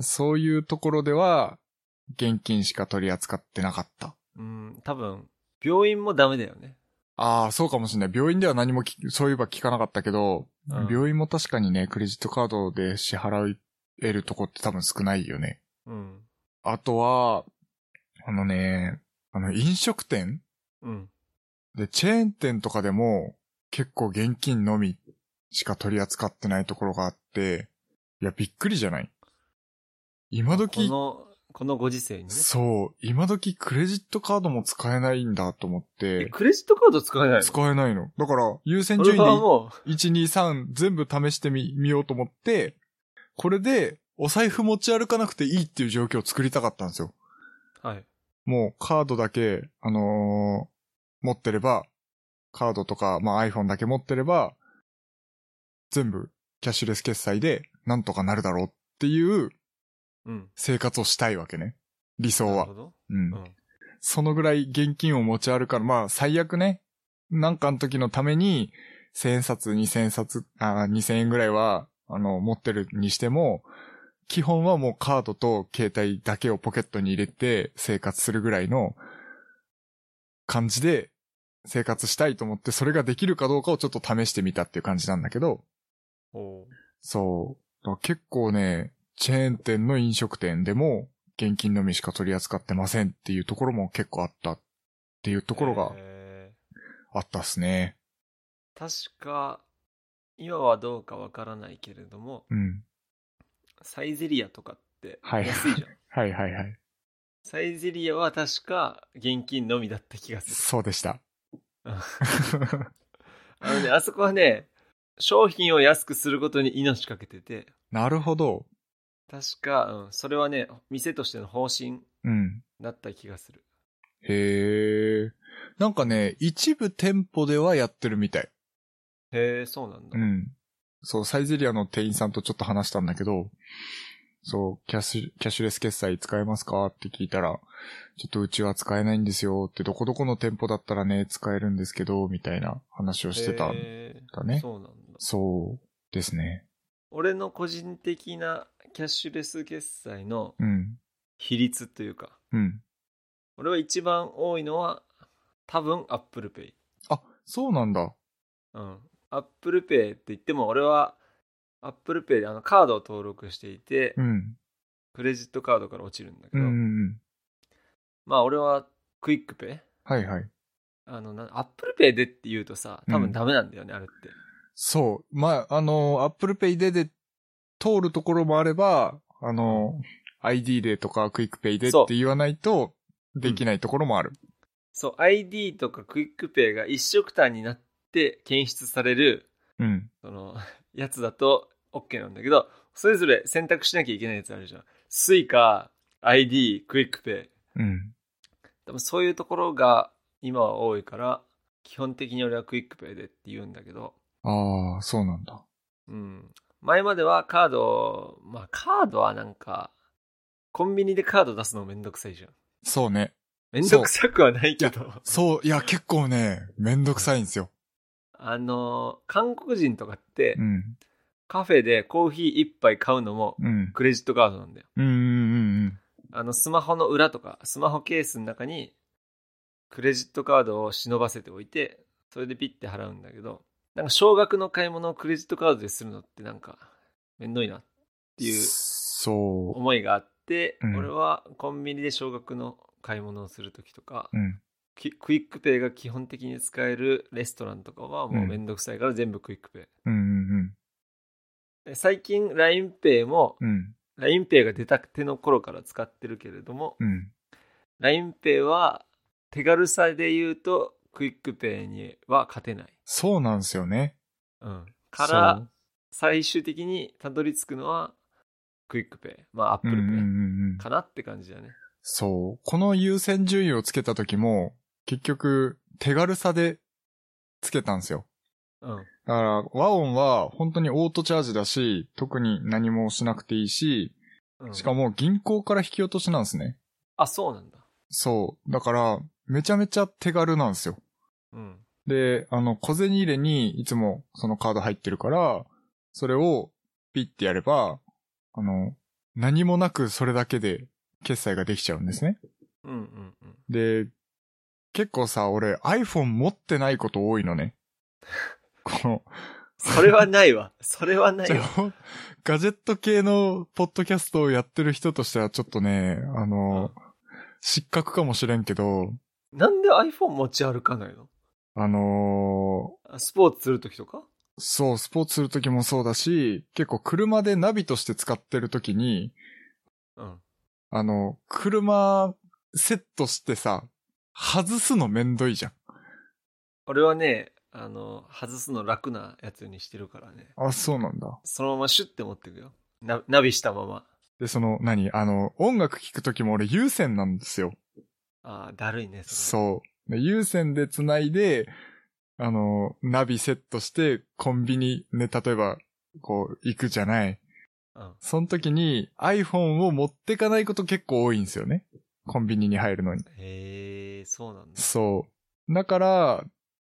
S1: ん。
S2: そういうところでは、現金しか取り扱ってなかった。
S1: うん。多分、病院もダメだよね。
S2: ああ、そうかもしれない。病院では何もきそういえば聞かなかったけど、
S1: うん
S2: 病院も確かにね、クレジットカードで支払えるとこって多分少ないよね。
S1: うん。
S2: あとは、あのね、あの、飲食店
S1: うん。
S2: で、チェーン店とかでも、結構現金のみしか取り扱ってないところがあって、いや、びっくりじゃない今
S1: こ
S2: 時、
S1: の、このご時世にね。
S2: そう、今時クレジットカードも使えないんだと思っ
S1: え、
S2: て、
S1: クレジットカード使えないの
S2: 使えないの。だから、優先
S1: こ
S2: 順
S1: れ
S2: 位
S1: は
S2: で
S1: も
S2: 1、2、3全部試してみ、見ようと思って、これで、お財布持ち歩かなくていいっていう状況を作りたかったんですよ。
S1: う、はい。
S2: もうカードだけ、あのー持ってれば、カードとか、まあ、iPhone だけ持ってれば、全部キャッシュレス決済でなんとかなるだろうっていう
S1: うん。
S2: 生活をしたいわけね。理想
S1: な
S2: は
S1: るほ。ど。
S2: うん
S1: う。ん。
S2: そのぐらい現金を持ち歩くから、まあ最悪ね、なんかの時のために、1000円札、2000円札、あ2000円ぐらいは、あの、持ってるにしても、基本はもうカードと携帯だけをポケットに入れて生活するぐらいの感じで生活したいと思って、それができるかどうかをちょっと試してみたっていう感じなんだけど、
S1: おう
S2: そう。だから結構ね、チェーン店の飲食店でも、現金のみしか取り扱ってませんっていうところも結構あったっていうところが
S1: えー
S2: あったっすね。
S1: 確か、今はどうかわからないけれども、
S2: うん。
S1: サイゼリアとかって
S2: はい
S1: 安 いじゃん。
S2: はいはいはい。
S1: サイゼリアは確か現金のみだった気がす
S2: そうで した。
S1: る。あのね、あそこはね、商品を安くすることに命かけてて、
S2: なるほど。
S1: 確か、うん、それはね、店としての方針
S2: うん。
S1: だった気がする。
S2: へえ。なんかね、一部店舗ではやってるみたい。
S1: へえ、そうなんだ。
S2: うん。そう、サイゼリアの店員さんとちょっと話したんだけど、そう、キャッシュ、キャッシュレス決済使えますかって聞いたら、ちょっとうちは使えないんですよって、どこどこの店舗だったらね、使えるんですけど、みたいな話をしてたん
S1: へー
S2: だね。
S1: そうなんだ。
S2: そうですね。
S1: 俺の個人的なキャッシュレス決済の
S2: うん。
S1: 比率というか、
S2: うん。
S1: 俺は一番多いのは、多分 Apple Pay。
S2: あ、そうなんだ。
S1: うん。Apple Pay って言っても、俺は Apple Pay であのカードを登録していて、
S2: うん。
S1: クレジットカードから落ちるんだけ
S2: う
S1: ど、
S2: んうんうん。
S1: まあ俺はクイックペイ
S2: はいはい。
S1: あの、な、Apple Pay でって言うとさ、多分ダメなんだよね、あれって。
S2: そう。まあ、あの、Apple Pay でで通るところもあれば、あの、ID でとか QuickPay でっ
S1: そう
S2: て言わないとできないところもある。
S1: そう、ID とかクイックペイが一色単になって検出される、
S2: うん。
S1: その、 やつだと OK なんだけど、それぞれ選択しなきゃいけないやつあるじゃん。Suica、ID、クイックペイ。
S2: うん。
S1: 多分そういうところが今は多いから、基本的に俺はクイックペイでって言うんだけど、
S2: ああ、そうなんだ。
S1: うん。前まではカードを、まあカードはなんか、コンビニでカード出すのめんどくさいじゃん。
S2: そうね。
S1: めんどくさくはないけど。
S2: そう、いや、結構ね、めんどくさいんですよ。
S1: あのー、韓国人とかって、
S2: うん。
S1: カフェでコーヒー一杯買うのも
S2: うん。
S1: クレジットカードなんだよ。
S2: うんうんうん
S1: あの、スマホの裏とか、スマホケースの中に、クレジットカードを忍ばせておいて、それでピッて払うんだけど、なんか少額の買い物をクレジットカードでするのってなんか、めんどいなっていう
S2: そ
S1: 思いがあって、
S2: うん
S1: 俺はコンビニで少額の買い物をするときとか、
S2: う。うん。
S1: きクイックペイが基本的に使えるレストランとかはもうめんどくさいから全部クイックペイ。
S2: うんうん
S1: で最近 LINEPay も
S2: うん。うん。
S1: LINEPay が出たての頃から使ってるけれども
S2: うん。
S1: LINEPay は手軽さで言うとクイックペイには勝てない、
S2: そうなんですよね。
S1: うん、から最終的にたどり着くのはクイックペイまあ
S2: そう、うんうんう
S1: ApplePay
S2: んうん。
S1: かなって感じだね
S2: そう。この優先順位をつけた時も、結局、手軽さでつけたんですよ。
S1: うん
S2: だから、和音は本当にオートチャージだし、特に何もしなくていいし、
S1: うん、
S2: しかも銀行から引き落としなんですね。
S1: あそうなんだ
S2: そう。だから、めちゃめちゃ手軽なんですよ。
S1: うん
S2: で、あの、小銭入れにいつもそのカード入ってるから、それをピッてやれば、あの、何もなくそれだけで決済ができちゃうんですね。
S1: うんうんうん
S2: で、結構さ、俺 iPhone 持ってないこと多い のね。この、
S1: それはない わ。それはない
S2: じゃ
S1: わ。
S2: あガジェット系のポッドキャストをやってる人としてはちょっとね、あの、失格かもしれんけど、
S1: なんで iPhone 持ち歩かないの
S2: あの
S1: あスポーツするときとか
S2: そう、スポーツするときもそうだし、結構車でナビとして使ってるときに、
S1: うん。
S2: あの、車セットしてさ、外すのめんどいじゃん。
S1: 俺はね、あの、外すの楽なやつにしてるからね。
S2: あ、そうなんだ。
S1: そのままシュッて持ってくよ。ナナビしたまま。
S2: で、その、何あの、音楽聴くときも俺有線なんですよ。
S1: ああ、だるいね、そ
S2: そう。で有線で繋いで、あの、ナビセットして、コンビニ、ね、例えば、こう、行くじゃない。
S1: れ。うん。
S2: その時に iPhone を持ってかないこと結構多いんですよね。コンビニに入るのに。
S1: へえ、そうなんだ。
S2: そう。だから、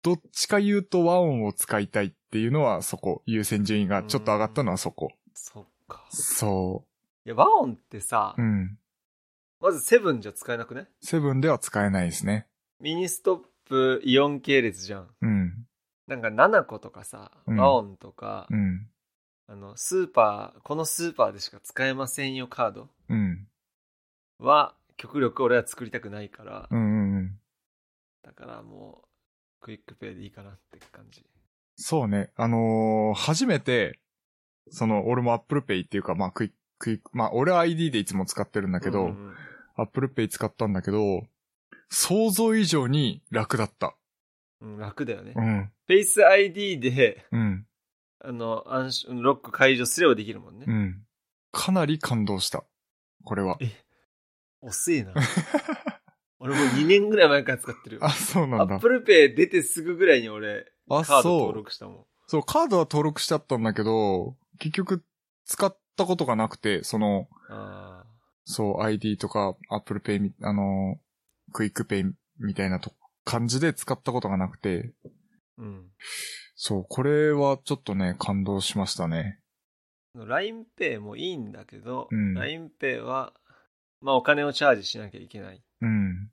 S2: どっちか言うと和音を使いたいっていうのはそこ。優先順位がちょっと上がったのはそこ。
S1: そっか。
S2: そ
S1: いや、和音ってさ、
S2: う。うん。
S1: まずセブンじゃ使えなくね
S2: セブンでは使えないですね。
S1: ミニストップイオン系列じゃん。
S2: うん。
S1: なんか7個とかさ、
S2: うん
S1: 和音とか
S2: う、ん。
S1: あの、スーパー、このスーパーでしか使えませんよカード
S2: うん。
S1: は、極力俺は作りたくないから、
S2: うんうんうん。
S1: だからもう、クイックペイでいいかなって感じ。
S2: そうね。あのー初めて、その、俺も Apple Pay っていうか、まあ、クイック、クイック、まあ、俺は ID でいつも使ってるんだけど、
S1: うんうん
S2: Apple Pay 使ったんだけど、想像以上に楽だった。
S1: うん、うん楽だよね
S2: う。ん。
S1: フェイス ID で、
S2: うん。
S1: あの、暗証ロック解除すればできるもんね
S2: う。ん。かなり感動した。これは
S1: え。遅いな。俺もう2年ぐらい前から使ってる。
S2: あ、そう
S1: ア
S2: なんだ
S1: ップ。ルペイ出てすぐぐらいに俺、カ
S2: あ
S1: ード
S2: そう
S1: 登録したもん。
S2: そう、カードは登録しちゃったんだけど、結局、使ったことがなくて、その、
S1: あ
S2: そう、ID とか Apple Pay み、あのークイックペイみたいなと感じで使ったことがなくて、
S1: ーうん。
S2: そう、これはちょっとね、感動しましたね。
S1: LINEPay もいいんだけど、
S2: うん
S1: LINEPay は、まあお金をチャージしなきゃいけない。
S2: うん。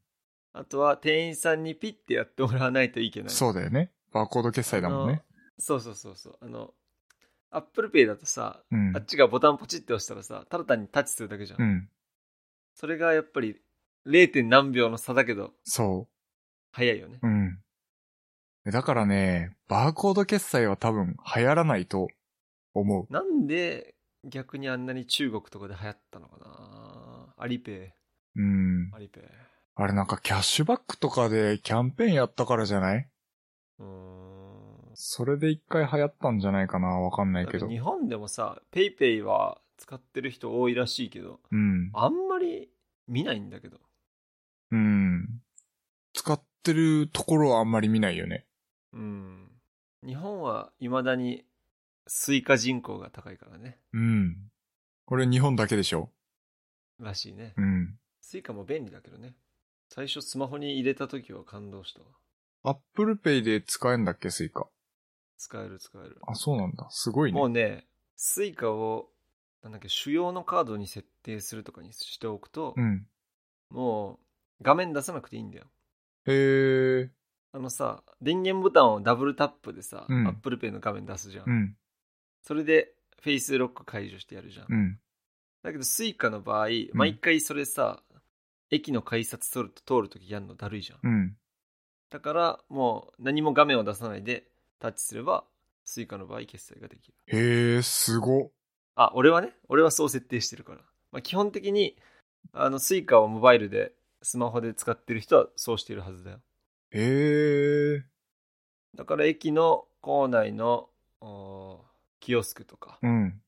S1: あとは店員さんにピッてやってもらわないといけない。
S2: そうだよね。バーコード決済だもんね。
S1: そうそうそうそう。あの、ApplePay だとさ、
S2: うん
S1: あ。っちがボタンポチって押したらさ、ただ単にタッチするだけじゃん。
S2: うん。
S1: それがやっぱり 0. 点何秒の差だけど、
S2: そ
S1: 早いよね
S2: う。。うん。だからね、バーコード決済は多分流行らないと思う。
S1: なんで逆にあんなに中国とかで流行ったのかなアリペ
S2: うん
S1: イ、。アリペイ。
S2: あれなんかキャッシュバックとかでキャンペーンやったからじゃないう
S1: ーん。
S2: それで一回流行ったんじゃないかなわかんないけ
S1: だ
S2: ど
S1: って。日本でもさ、ペイペイは使ってる人多いらしいけど、
S2: うん。
S1: あんまり見ないんだけど。
S2: うん。使ってるところはあんまり見ないよね。
S1: うん。日本は未だにスイカ人口が高いからね。
S2: うん。これ日本だけでしょ
S1: らしいね。
S2: うん。
S1: スイカも便利だけどね。最初スマホに入れた時は感動したわ。
S2: アップルペイで使えんだっけ、スイカ。
S1: 使える使える。
S2: あ、そうなんだ。すごいね。
S1: もうね、スイカを、なんだっけ、主要のカードに設定するとかにしておくと、
S2: うん。
S1: もう画面出さなくていいんだよ。
S2: へえ。
S1: あのさ、電源ボタンをダブルタップでさ、
S2: うん
S1: Apple Pay の画面出すじゃん。
S2: うん。
S1: それで、フェイスロック解除してやるじゃん。
S2: うん。
S1: だけど、スイカの場合、毎回それさ、駅の改札通ると通るときやるのだるいじゃん。
S2: うん。
S1: だから、もう何も画面を出さないでタッチすれば、スイカの場合決済ができる。
S2: へえ、すご。
S1: あ、俺はね、俺はそう設定してるから。まあ、基本的に、あの、スイカをモバイルで、スマホで使ってる人はそうしてるはずだよ。
S2: へえ。
S1: だから駅の構内の、おーキオスクとか、
S2: うん。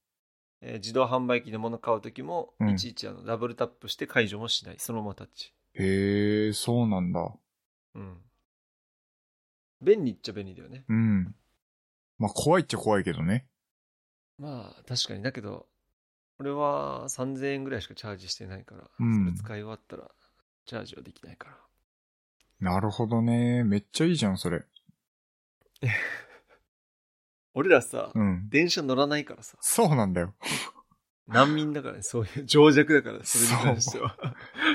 S1: えー自動販売機で物買うときも、
S2: うん
S1: いちいちあのダブルタップして解除もしない。そのままタッチ。
S2: へえ、そうなんだ。
S1: うん。便利っちゃ便利だよね。
S2: うん。まあ、怖いっちゃ怖いけどね。
S1: まあ、確かに。だけど、俺は3000円ぐらいしかチャージしてないから、
S2: うん
S1: それ使い終わったら、チャージはできないから。
S2: なるほどね。めっちゃいいじゃん、それ。
S1: 俺らさ、
S2: うん。
S1: 電車乗らないからさ、
S2: そうな んだよ。
S1: 難民だからね、そういう、情弱だから、それに関しては。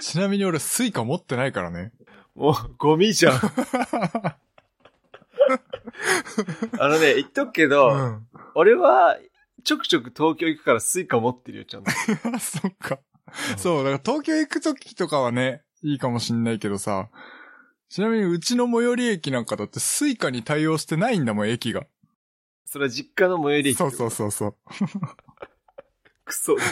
S2: ちなみに俺、スイカ持ってないからね。
S1: もう、ゴミ じゃん。あのね、言っとくけ
S2: う
S1: ど、
S2: ん。
S1: 俺は、ちょくちょく東京行くからスイカ持ってるよ、ちゃんと。
S2: そっか。
S1: う。
S2: そう、だから東京行くときとかはね、いいかもしんないけどさ、ちなみにうちの最寄り駅なんかだってスイカに対応してないんだもん、駅が。
S1: それは実家の最寄り駅。
S2: そうそうそうそう。
S1: ク ソ。なな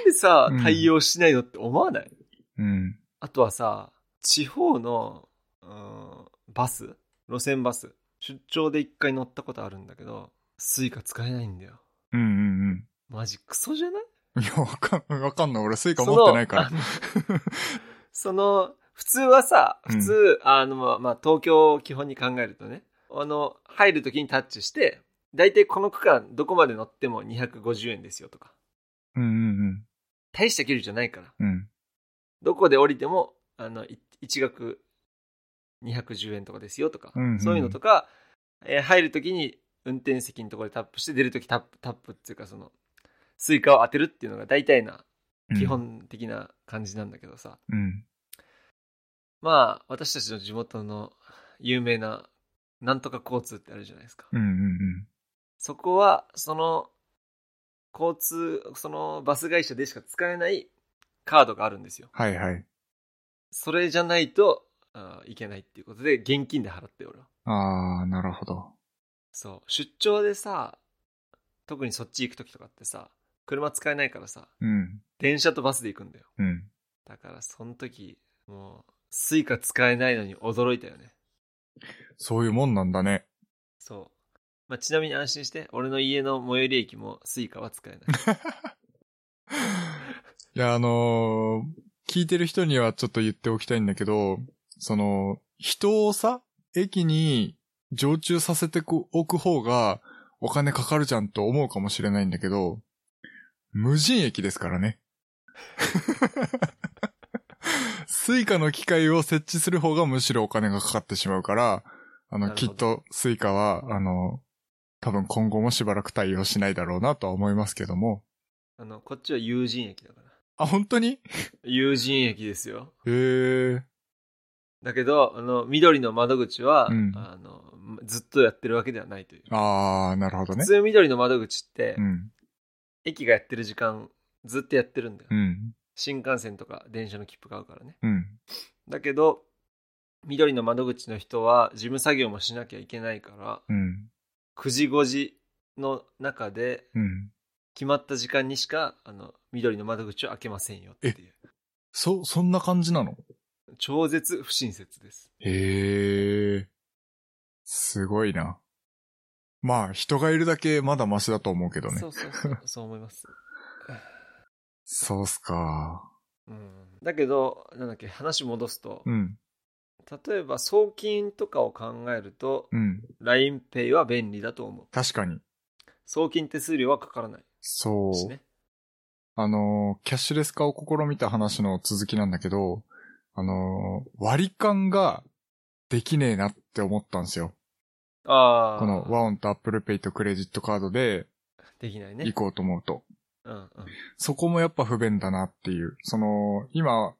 S1: んでさ
S2: うん、
S1: 対応しないのって思わない、
S2: うん。
S1: あとはさ、地方の、うん、バス路線バス。出張で一回乗ったことあるんだけど、スイカ使えないんだよ。
S2: うんうん
S1: マジクソじゃない
S2: うん。いや、わかん、わかんない。俺スイカ持ってないから。
S1: その、普通はさ、
S2: うん
S1: 普通、あの、まあまあ、東京を基本に考えるとね、あの、入るときにタッチして、だいたいこの区間どこまで乗っても250円ですよとか。
S2: うんうん
S1: 大した距離じゃないから。
S2: うん。うん。
S1: どこで降りても、あの、い一学210円とかですよとか、
S2: うんうん
S1: そういうのとか、えー入るときに運転席のところでタップして、出るときタップ、タップっていうか、その、スイカを当てるっていうのが大体な、
S2: うん
S1: 基。本的な感じなんだけどさ、
S2: うん。
S1: まあ、私たちの地元の有名な、なんとか交通ってあるじゃないですか。
S2: うんうん
S1: そこは、その、交通、そのバス会社でしか使えないカードがあるんですよ。
S2: はいはい。
S1: それじゃないと、あいけないっていうことで、現金で払って、俺は。
S2: あー、なるほど。
S1: そう。出張でさ、特にそっち行くときとかってさ、車使えないからさ、
S2: うん。
S1: 電車とバスで行くんだよ。
S2: うん。
S1: だから、その時、もう、スイカ使えないのに驚いたよね。
S2: そういうもんなんだね。
S1: そう。まあ、ちなみに安心して、俺の家の最寄り駅もスイカは使えない。
S2: いや、あのー聞いてる人にはちょっと言っておきたいんだけど、その、人をさ、駅に常駐させてくおく方がお金かかるじゃんと思うかもしれないんだけど、無人駅ですからね。 スイカの機械を設置する方がむしろお金がかかってしまうから、あ
S1: な
S2: の、
S1: る
S2: き
S1: ほど
S2: っとスイカは、あの、多分今後もしばらく対応しないだろうなとは思いますけども。
S1: あの、こっちは友人駅だから。
S2: あ、本当に
S1: 友人駅ですよ。
S2: へえ。
S1: だけど、あの、緑の窓口は、
S2: うん
S1: あの、ずっとやってるわけではないという。
S2: あー、なるほど
S1: 普
S2: ね。
S1: 通緑の窓口って、
S2: うん。
S1: 駅がやってる時間、ずっとやってるんだよ。
S2: うん。
S1: 新幹線とか電車の切符買うからね。
S2: うん。
S1: だけど、緑の窓口の人は事務作業もしなきゃいけないから、
S2: うん。
S1: 9時5時の中で
S2: うん。
S1: 決まった時間にしか、あの、緑の窓口を開けませんよっていう。
S2: そ、そんな感じなの
S1: 超絶不親切です。
S2: へえ。すごいな。まあ、人がいるだけまだマシだと思うけどね。
S1: そうそう そう、そう思います。
S2: そうっすか。
S1: うん、だけど、なんだっけ、話戻すと、
S2: うん。
S1: 例えば送金とかを考えると、
S2: うん。
S1: LINEPay は便利だと思う。
S2: 確かに。
S1: 送金手数料はかからない
S2: そう。
S1: しね。
S2: あのー、キャッシュレス化を試みた話の続きなんだけど、あのー、割り勘ができねえなって思ったんですよ。
S1: ああ、
S2: このワオンとアップルペイとクレジットカードで
S1: できないね
S2: 行。こうと思うと。
S1: うんうん。
S2: そこもやっぱ不便だなっていう。その、今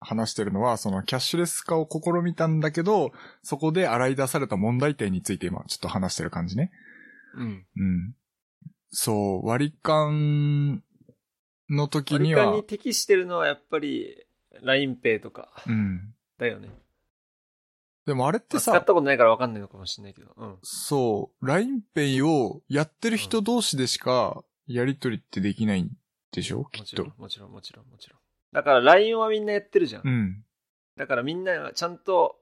S2: 話してるのは、そのキャッシュレス化を試みたんだけど、そこで洗い出された問題点について今ちょっと話してる感じね。
S1: うん。
S2: うん。そう、割り勘の時
S1: 割
S2: に
S1: り勘
S2: は
S1: に、適してるのはやっぱり LINEPay とか
S2: うん。
S1: だよね。
S2: でもあれって
S1: まあ使っ
S2: さ
S1: た、ことないから分かんないのかもしれないけど。うん。
S2: そう、LINEPay をやってる人同士でしかやりとりってできないんでしょき
S1: も
S2: っ
S1: ちろ
S2: と
S1: ん。、もちろん、もちろん、もちろん。だから LINE はみんなやってるじゃん。
S2: うん。
S1: だからみんながちゃんと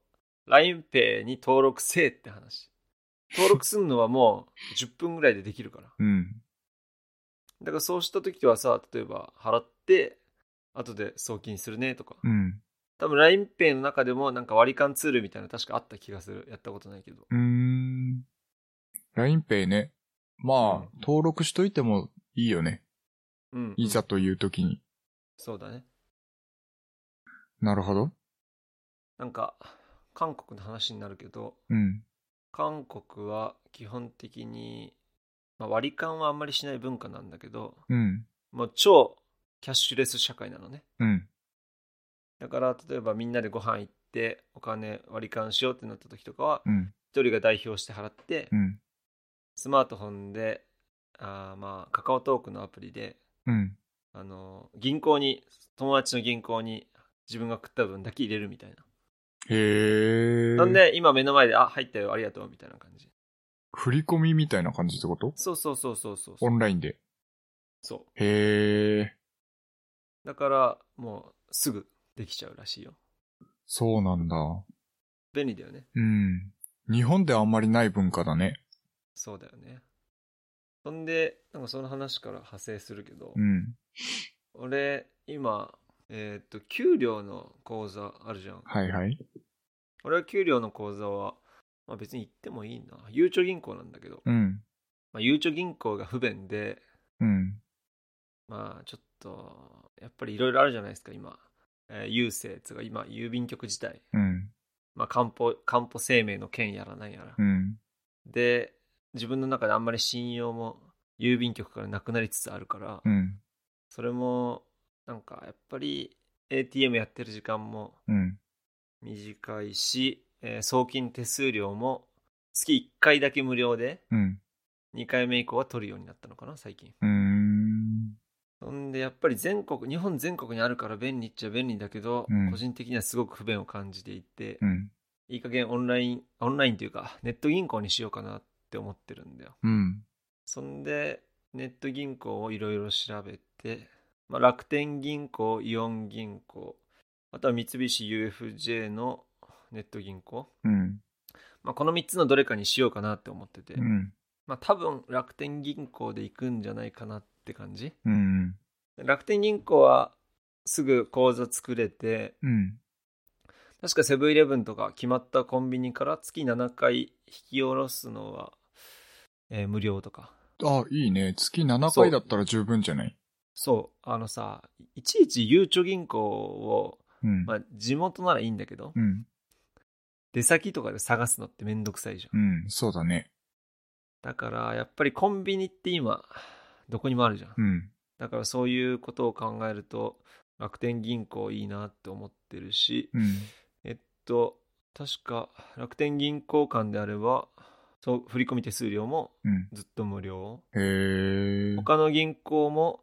S1: LINEPay に登録せえって話。登録するのはも う10分ぐらいでできるから。
S2: うん。
S1: だからそうした時はさ、例えば払って、後で送金するねとか。
S2: うん。
S1: 多分 LINEPay の中でもなんか割り勘ツールみたいなの確かあった気がする。やったことないけど。
S2: うーん。LINEPay ね。まあ、登録しといてもいいよね。
S1: うん。
S2: いざという時に。
S1: そうだね。
S2: なるほど。
S1: なんか、韓国の話になるけど、
S2: うん。
S1: 韓国は基本的に、まあ、割り勘はあんまりしない文化なんだけど、
S2: うん。
S1: もう超キャッシュレス社会なのね。
S2: うん。
S1: だから例えばみんなでご飯行ってお金割り勘しようってなった時とかは
S2: うん、
S1: 一人が代表して払って
S2: うん、
S1: スマートフォンであーまあカカオトークのアプリで
S2: うん。
S1: あの銀行に友達の銀行に自分が食った分だけ入れるみたいな、
S2: へえ。
S1: なんで今目の前で「あ入ったよありがとう」みたいな感じ
S2: 振り込みみたいな感じってこと
S1: そうそうそうそうそう
S2: オ
S1: そう
S2: ンラインで。
S1: そ
S2: へえ。
S1: うだからもうすぐできちゃうらしいよ
S2: そうなんだ。
S1: 便利だよね
S2: うん。日本ではあんまりない文化だね。
S1: そうだよねそんでなんかその話から派生するけど、
S2: うん。
S1: 俺今えーっと給料の口座あるじゃん
S2: はいはい。
S1: 俺は給料の口座は、まあ、別に行ってもいいなゆうちょ銀行なんだけど、
S2: うん。
S1: まあ、ゆうちょ銀行が不便で
S2: うん。
S1: まあちょっとやっぱりいろいろあるじゃないですか今、えー郵政つうか今郵便局自体、
S2: うん。
S1: まあ、かんぽかんぽ生命の件やらなんやら、
S2: うん。
S1: で自分の中であんまり信用も郵便局からなくなりつつあるから、
S2: うん。
S1: それもなんかやっぱり ATM やってる時間も
S2: うん。
S1: 短いし、えー送金手数料も月1回だけ無料で
S2: うん。
S1: 2回目以降は取るようになったのかな最近
S2: うーん。
S1: そんでやっぱり全国日本全国にあるから便利っちゃ便利だけど、
S2: うん
S1: 個人的にはすごく不便を感じていて、
S2: うん。
S1: いい加減オンラインオンラインというかネット銀行にしようかなって思ってるんだよ
S2: うん。
S1: そんでネット銀行をいろいろ調べて、まあ、楽天銀行イオン銀行あとは三菱 UFJ のネット銀行、
S2: うん。
S1: まあ、この3つのどれかにしようかなって思ってて、
S2: うん。
S1: まあ多分楽天銀行で行くんじゃないかなって感じ
S2: うん。
S1: 楽天銀行はすぐ口座作れて
S2: うん。
S1: 確かセブンイレブンとか決まったコンビニから月7回引き下ろすのは、えー無料とか
S2: あ、いいね。月7
S1: そう
S2: 回だったら十分じゃない
S1: そうあのさいちいちゆうちょ銀行を、
S2: うん。
S1: まあ、地元ならいいんだけど
S2: うん。
S1: 出先とかで探すのってめんどくさいじゃ
S2: うんん。そうだね。
S1: だからやっぱりコンビニって今どこにもあるじゃん
S2: うん。
S1: だからそういうことを考えると楽天銀行いいなって思ってるし
S2: うん。
S1: えっと、確か楽天銀行間であれば、そう振込手数料も
S2: うん。
S1: ずっと無料。
S2: へえ。
S1: 他の銀行も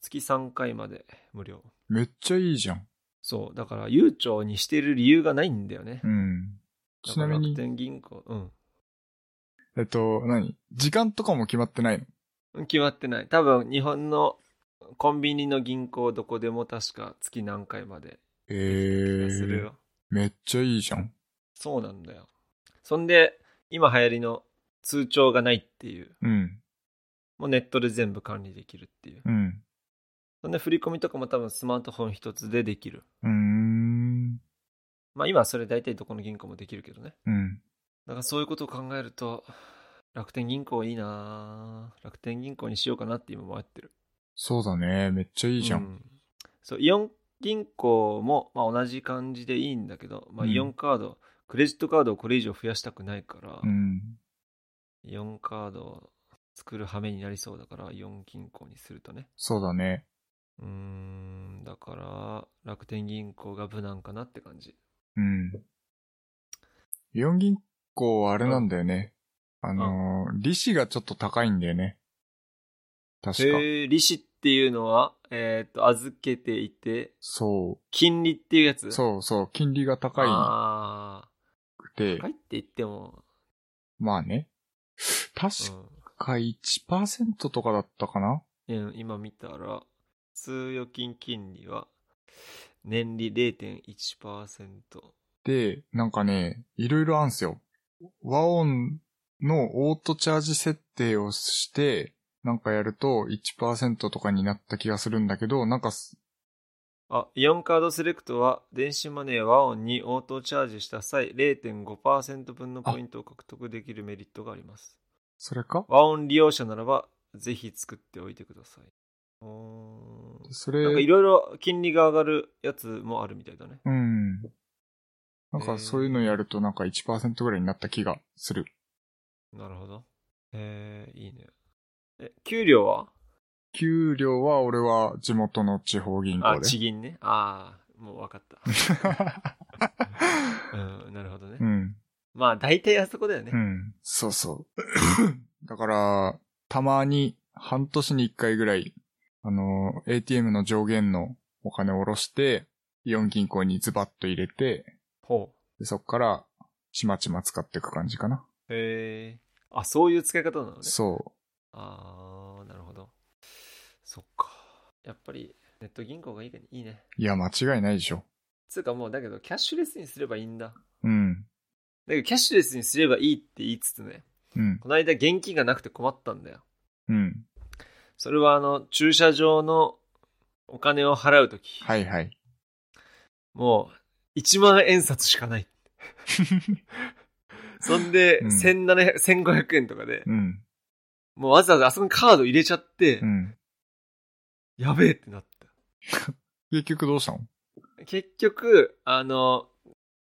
S1: 月3回まで無料。
S2: めっちゃいいじゃん。
S1: そう、だから悠長にしてる理由がないんだよね
S2: う。ん。
S1: だ
S2: ち
S1: か
S2: な
S1: ら楽
S2: みに、
S1: 天銀行、うん
S2: えっと、何時間とかも決まってないの
S1: うん。決まってない。多分日本のコンビニの銀行どこでも確か月何回まで
S2: へ
S1: できた気がする
S2: え。
S1: よ。
S2: めっちゃいいじゃん。
S1: そうなんだよ。そんで、今流行りの通帳がないっていう。
S2: うん。
S1: もうネットで全部管理できるっていう。
S2: うん。
S1: そんで振り込みとかも多分スマートフォン一つでできる。
S2: うーん。
S1: まあ今はそれ大体どこの銀行もできるけどね。
S2: うん。
S1: だからそういうことを考えると、楽天銀行いいなぁ楽天銀行にしようかなって今迷ってる。
S2: そうだね。めっちゃいいじゃ。
S1: うんんそう、イオン銀行も、まあ、同じ感じでいいんだけど、まあ
S2: うん
S1: イオンカード、クレジットカードをこれ以上増やしたくないから、
S2: うん。
S1: イオンカードを作る羽目になりそうだから、イオン銀行にするとね。
S2: そうだね。
S1: うーん、だから楽天銀行が無難かなって感じ。
S2: うん。イオン銀行はあれなんだよね。あのー、利子がちょっと高いんだよね。確か。
S1: へえ、利子っていうのは、えっ、と、預けていて、
S2: そ
S1: 金利っていうや
S2: う。
S1: つう、
S2: そうそう。金利が高
S1: あ
S2: く
S1: あ、
S2: て、
S1: 高いって言っても、
S2: まあね。確か1%とかだったかな
S1: うん、うん今見たら、通預金金利は、年利0.1%。
S2: で、なんかね、いろいろあるんすよ。和音のオートチャージ設定をして、なんかやると1%とかになった気がするんだけど、なんかす、
S1: あ、イオンカードセレクトは、電子マネーワオンにオートチャージした際、0.5%分のポイントを獲得できるメリットがあります。
S2: それか
S1: 和音利用者ならば、ぜひ作っておいてください。おー
S2: そ
S1: なんかい
S2: れ、
S1: ろいろ金利が上がるやつもあるみたいだね。
S2: うん。なん
S1: えー
S2: かそういうのやるとなんか1%ぐらいになった気がする。
S1: なるほど。えー、いいね。え、給料は
S2: 給料は俺は地元の地方銀
S1: あ、
S2: 行で
S1: 地。銀ね。ああ、もう分かった。
S2: う
S1: うん、なるほどね。
S2: ん。
S1: まあ、大体あそこだよね
S2: う。ん。そうそう。 だから、たまに半年に一回ぐらい、あの、ATM の上限のお金を下ろして、イオン銀行にズバッと入れて、
S1: ほう。
S2: でそっから、ちまちま使っていく感じかな。
S1: へえ。あ、そういう使い方なのね。
S2: そ
S1: ああ、なるほど。そっか。やっぱり、ネット銀行がいいかいいね。
S2: う。いや、間違いないでしょ。
S1: つうかもう、だけど、キャッシュレスにすればいいんだ。だ
S2: うん。
S1: けど、キャッシュレスにすればいいって言いつつね、
S2: うん。
S1: この間現金がなくて困ったんだよ。
S2: うん。
S1: それは、あの、駐車場のお金を払うとき、
S2: はい はい。
S1: もう、1万円札しかない。そんで、
S2: うん
S1: 1700、1500円とかで、
S2: うん。
S1: もうわざわざあそこにカード入れちゃって、
S2: うん。
S1: やべえってなった。
S2: 結局どうしたの
S1: 結局、あの、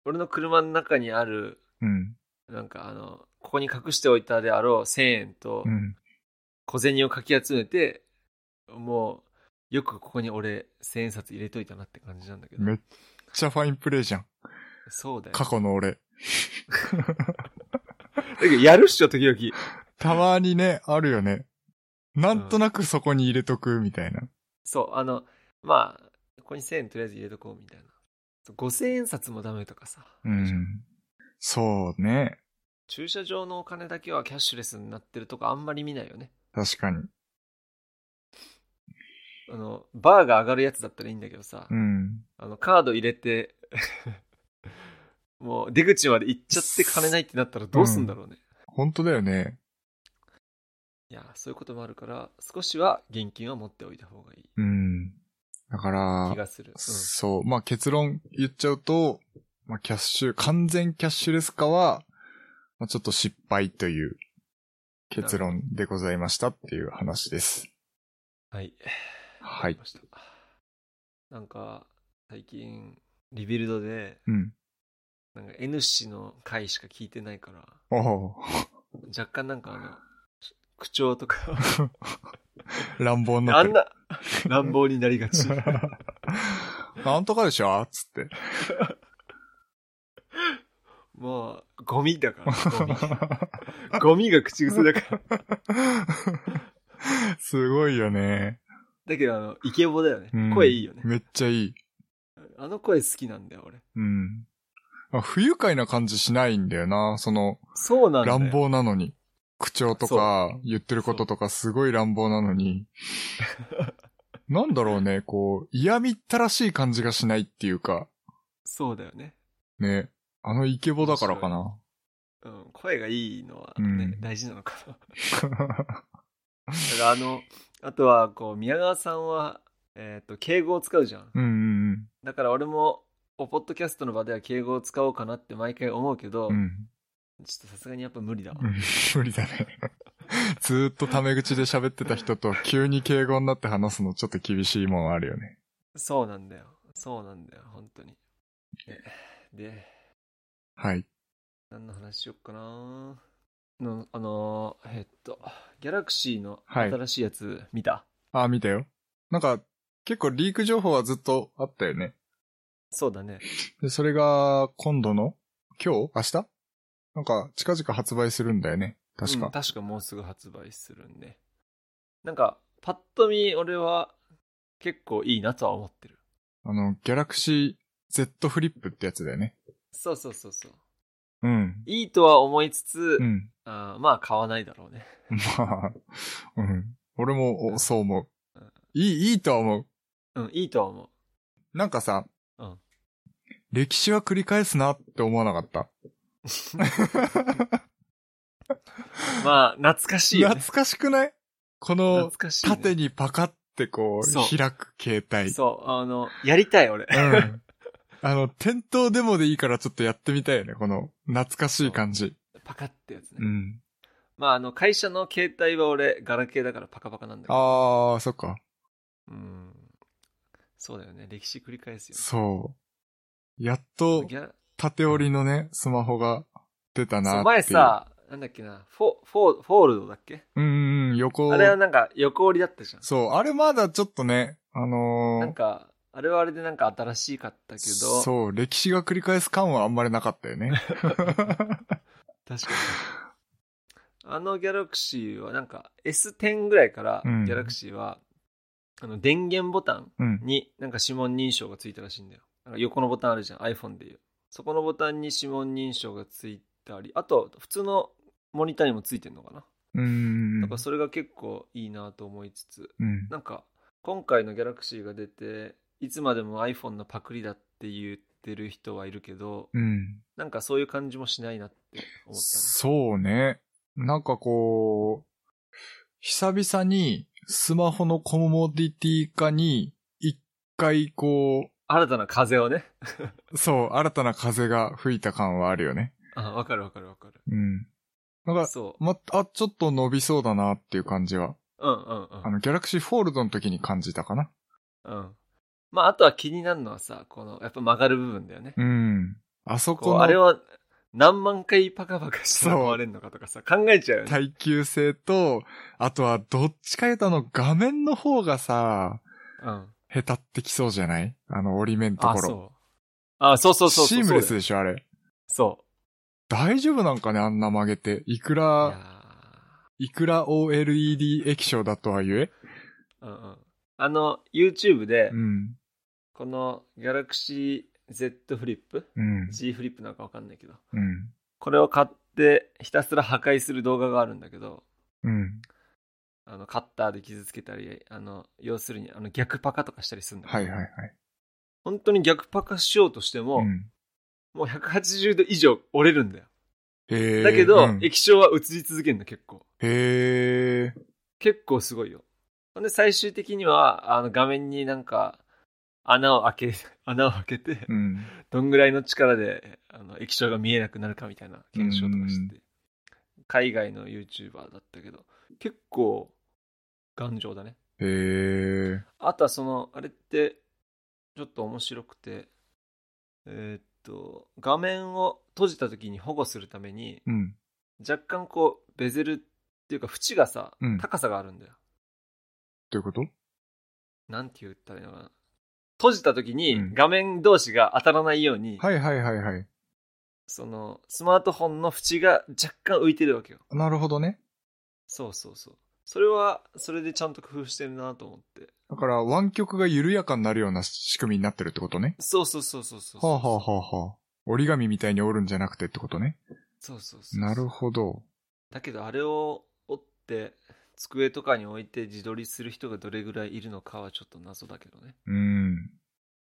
S1: 俺の車の中にある、
S2: うん。
S1: なんかあの、ここに隠しておいたであろう1000円と
S2: うん。
S1: 小銭をかき集めて、もう、よくここに俺1000円札入れといたなって感じなんだけど。
S2: めっちゃファインプレイじゃん。
S1: そうだよ。
S2: 過去の俺。
S1: だけどやるっしょ、時々。
S2: たまにね、あるよね。なんとなくそこに入れとく、みたいな。
S1: そう、あの、まあ、ここに1000円とりあえず入れとこうみたいな。5000円札もダメとかさ。
S2: うん。そうね。
S1: 駐車場のお金だけはキャッシュレスになってるとかあんまり見ないよね。
S2: 確かに。
S1: あの、バーが上がるやつだったらいいんだけどさ。
S2: うん。
S1: あの、カード入れて、 もう出口まで行っちゃって金ないってなったらどうすんだろうね。
S2: 本当だよね。
S1: いや、そういうこともあるから、少しは現金は持っておいた方がいい
S2: うん。だから
S1: 気、がする。
S2: そう。まあ結論言っちゃうと、まあキャッシュ、完全キャッシュレス化は、まあちょっと失敗という結論でございましたっていう話です。
S1: うん。はい。
S2: は
S1: わかり
S2: い。
S1: ました。なんか、最近、リビルドで、
S2: うん。
S1: なんか N 氏の回しか聞いてないから、
S2: おう
S1: 若干なんかあの、口調とか、
S2: 乱暴にな
S1: あ
S2: って
S1: ん
S2: る。
S1: な乱暴になりが ち。
S2: なんとかでしょつって。
S1: もう、ゴミだ から。ゴミゴミが口癖だから。
S2: すごいよね。
S1: だけど、あの、イケボだよね。
S2: うん
S1: 声いいよね。
S2: めっちゃいい。
S1: あの声好きなんだよ、俺。
S2: うん。あ不愉快な感じしないんだよな。その、
S1: そうなんだよ。
S2: 乱暴なのに。口調とか、言ってることとか、すごい乱暴な のに。なんだろうね、こう、嫌みったらしい感じがしないっていうか、
S1: そうだよね。
S2: ね。あのイケボだからかな。
S1: うん、声がいいのはね、
S2: うん
S1: 大事なのかな。 だからあの、あとは、こう、宮川さんは、えっ、と、敬語を使うじゃん。
S2: うんうん
S1: だから俺も、おポッドキャストの場では敬語を使おうかなって毎回思うけど、
S2: うん。うん。
S1: ちょっとさすがにやっぱ無理だわ。
S2: うん 無理だね。ずーっとタメ口で喋ってた人と急に敬語になって話すのちょっと厳しいもんあるよね。
S1: そうなんだよ。そうなんだよ、本当に。えで、
S2: はい。
S1: 何の話しよっかなのあのー、えっと、ギャラクシーの
S2: はい
S1: 新しいやつ見た、
S2: あ、見たよ。なんか、結構リーク情報はずっとあったよね。
S1: そうだね。
S2: で、それが、今度の今日明日なんか、近々発売するんだよね。確
S1: うん
S2: か。
S1: 確かもうすぐ発売するんで。なんか、パッと見俺は結構いいなとは思ってる。
S2: あの、ギャラクシー Z フリップってやつだよね。
S1: そうそうそうそう。
S2: うん。
S1: いいとは思いつつ、
S2: うん。
S1: あーまあ買わないだろうね。
S2: まあ、うん。俺も、おそう思う
S1: うん。
S2: いい、いいとは思
S1: うん、いいとは思う。
S2: う。なんかさ、
S1: うん
S2: 歴史は繰り返すなって思わなかった。
S1: まあ、懐かしいよ、ね。
S2: 懐かしくないこ
S1: 懐
S2: の、
S1: かしい、ね。
S2: 縦にパカってこ
S1: そう
S2: う、開く携帯。
S1: そう、あの、やりたい俺。
S2: うん。あの、店頭でもでいいからちょっとやってみたいよね。この、懐かしい感じ。
S1: パカってやつね。
S2: うん。
S1: まあ、あの、会社の携帯は俺、ガラケーだからパカパカなんだけど。
S2: あー、そっか。
S1: うん。そうだよね。歴史繰り返すよね。
S2: そう。やっと、
S1: ギャラ
S2: 縦折りのね、スマホが出たなって
S1: そ
S2: いうう。
S1: 前さ、なんだっけな、フォフォーフォールドだっけ
S2: うんうん、横。
S1: あれはなんか横折りだったじゃん。
S2: そう、あれまだちょっとね、あ
S1: な
S2: の
S1: んか、あれはあれでなんか新しかったけど、
S2: そう、歴史が繰り返す感はあんまりなかったよね。
S1: 確かに。あのギャラクシーはなんか S10 ぐらいからギ
S2: うん
S1: ャラクシーは、あの電源ボタン
S2: うん。
S1: になんか指紋認証がついたらしいんだよ。なんか横のボタンあるじゃん、iPhone でいう。そこのボタンに指紋認証がついたり、あと普通のモニターにもついてんのかな。
S2: うんうん
S1: だからそれが結構いいなと思いつつ、
S2: うん。
S1: なんか今回のギャラクシーが出て、いつまでも iPhone のパクリだって言ってる人はいるけど、
S2: うん。
S1: なんかそういう感じもしないなって思ったね。
S2: そうね。なんかこう、久々にスマホのコモディティ化に一回こ
S1: 新たな風をね。
S2: う、そう、新たな風が吹いた感はあるよね。
S1: あ、わかるわかるわかる。
S2: うん。なんか、
S1: そ
S2: ま、あ、ちょっと伸びそうだなっていう感じは、
S1: う。うんうんう
S2: あ
S1: ん。
S2: の、ギャラクシーフォールドの時に感じたかな。
S1: うん。まあ、あとは気になるのはさ、この、やっぱ曲がる部分だよね。
S2: うん。あそ
S1: こ
S2: こ
S1: う、あれ
S2: の
S1: は何万回パカパカして
S2: そう
S1: 壊れるのかとかさ、考えちゃうよね。
S2: 耐久性と、あとはどっちか言うとあの画面の方がさ、
S1: うん。
S2: へたってきそうじゃないあの折り目のと
S1: あ、
S2: ころ。
S1: そう。あ、そうそうそうそう。
S2: シームレ
S1: そう
S2: ス
S1: だよ
S2: でしょ、あれ。
S1: そ
S2: 大丈夫なんかね、あんな曲げて。いく
S1: う。い
S2: ら、
S1: や
S2: いくら OLED 液晶だとはいえ。
S1: ーうんうん。あの、YouTube で、
S2: うん。
S1: この Galaxy Z フリップ
S2: うん。
S1: ?G フリップなんかわかんないけど。
S2: うん。
S1: これを買って、ひたすら破壊する動画があるんだけど、
S2: うん。
S1: あのカッターで傷つけたりあの要するにあの逆パカとかしたりするんだ、
S2: はいはいはい。
S1: 本当に逆パカしようとしても、
S2: うん。
S1: もう180度以上折れるんだよ
S2: へえ。
S1: だけど、
S2: うんへ
S1: 液晶は映り続けるの結構
S2: え。
S1: 結構すごいよほんで最終的にはあの画面になんか穴を開け 穴を開けて、
S2: うん。
S1: どんぐらいの力であの液晶が見えなくなるかみたいな検証とかしてて、海外の YouTuber だったけど結構頑丈だね
S2: へえ。
S1: あとはその、あれって、ちょっと面白くて、えーっと、画面を閉じた時に保護するために、
S2: うん。
S1: 若干こう、ベゼルっていうか、縁がさ
S2: うん、
S1: 高さがあるんだよ。
S2: どういうこと
S1: なんて言ったらいいのかな。閉じた時
S2: う
S1: に
S2: ん
S1: 画面同士が当たらないように、
S2: はいはいはいはい。
S1: その、スマートフォンの縁が若干浮いてるわけよ。
S2: なるほどね。
S1: そうそうそう。それは、それでちゃんと工夫してるなと思って。
S2: だから湾曲が緩やかになるような仕組みになってるってことね。
S1: そうそうそうそうそうそ
S2: は
S1: う。
S2: あ、はあはあはあ、折り紙みたいに折るんじゃなくてってことね。
S1: そうそうそうそう。
S2: なるほど。
S1: だけどあれを折って机とかに置いて自撮りする人がどれぐらいいるのかはちょっと謎だけどね
S2: うん。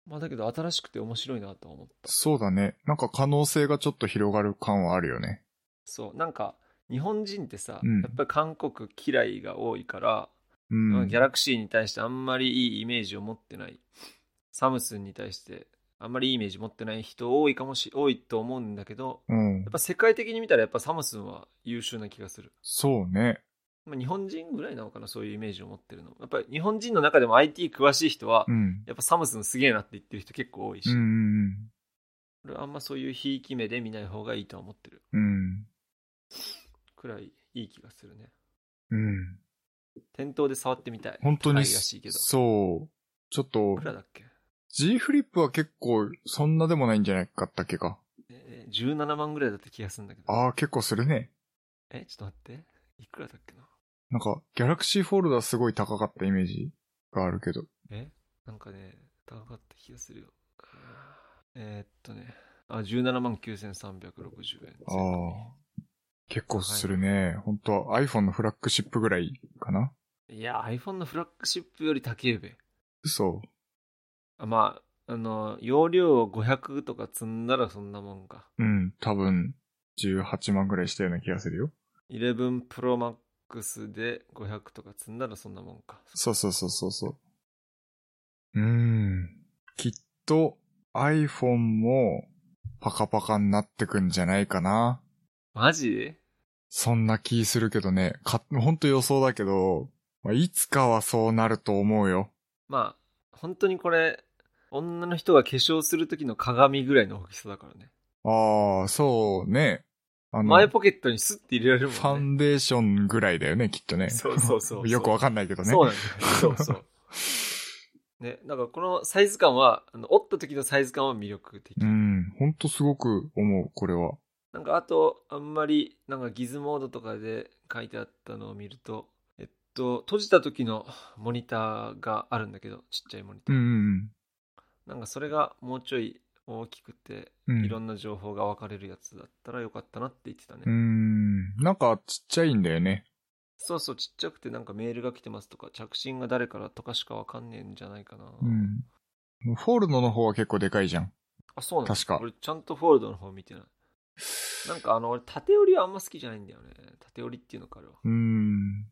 S1: まあだけど新しくて面白いなとは思った
S2: そうだね。なんか可能性がちょっと広がる感はあるよね。
S1: そうなんか日本人ってさ、
S2: うん
S1: やっぱり韓国嫌いが多いから、
S2: うん。
S1: ギャラクシーに対してあんまりいいイメージを持ってないサムスンに対してあんまりいいイメージ持ってない人多いかもし多いと思うんだけど
S2: うん
S1: やっ。ぱ世界的に見たらやっぱサムスンは優秀な気がする
S2: そうね。
S1: まあ、日本人ぐらいなのかなそういうイメージを持ってるのやっぱり日本人の中でも IT 詳しい人は、
S2: うん。
S1: やっぱサムスンすげえなって言ってる人結構多いし、
S2: うんうん
S1: 俺あんまそういうひいき目で見ない方がいいとは思ってる
S2: うん。うん。
S1: くらいいい気がするね
S2: うん。
S1: 店頭で触ってみたい
S2: 本当に、
S1: 高いらしいけど
S2: そう。ちょっと
S1: いく、らだっけ、
S2: G フリップは結構、そんなでもないんじゃないかったっけか。
S1: えー17万ぐらいだった気がするんだけど
S2: ああ、結構するね。
S1: えちょっと待っていくらだっけな
S2: なんか、ギャラクシーフォールダーすごい高かったイメージがあるけど。
S1: えなんかね高かった気がするよえーっとねあ17万9360円
S2: ああ。結構するね。本当は iPhone のフラッグシップぐらいかない
S1: や iPhone のフラッグシップより高えべ
S2: 嘘。
S1: あまあ、あの、容量を500とか積んだらそんなもんか。
S2: うん、多分、18万ぐらいしたような気がするよ。
S1: 11 Pro Max で500とか積んだらそんなもんか。
S2: そうそうそうそうそう。うーん。きっと iPhone もパカパカになってくんじゃないかな。
S1: マジ
S2: そんな気するけどね。か、ほんと予想だけど、まあ、いつかはそうなると思うよ。
S1: まあ、本当にこれ、女の人が化粧する時の鏡ぐらいの大きさだからね。
S2: ああ、そうね。あの、
S1: 前
S2: フ
S1: ポケットにスッて入れられる
S2: ァ
S1: もんね。
S2: ンデーションぐらいだよね、きっとね。
S1: そうそうそう
S2: よくわかんないけどね。
S1: そうなんだよ。そうそう。ね、なんかこのサイズ感は、あの折った時のサイズ感は魅力的。
S2: うん、ほんとすごく思う、これは。
S1: なんかあと、あんまり、なんかギズモードとかで書いてあったのを見ると、えっと、閉じた時のモニターがあるんだけど、ちっちゃいモニタ
S2: うん
S1: ー。
S2: うん
S1: なんかそれがもうちょい大きくて、
S2: うん。
S1: いろんな情報が分かれるやつだったらよかったなって言ってたね。
S2: うん。なんかちっちゃいんだよね。
S1: そうそう、ちっちゃくてなんかメールが来てますとか、着信が誰からとかしかわかんねえんじゃないかな。
S2: うん。フォールドの方は結構でかいじゃん。
S1: あ、そうなんだ
S2: 確か
S1: 俺ちゃんとフォールドの方見てない。なんかあの、俺縦折りはあんま好きじゃないんだよね。縦折りっていうのかあれは。
S2: うん。
S1: な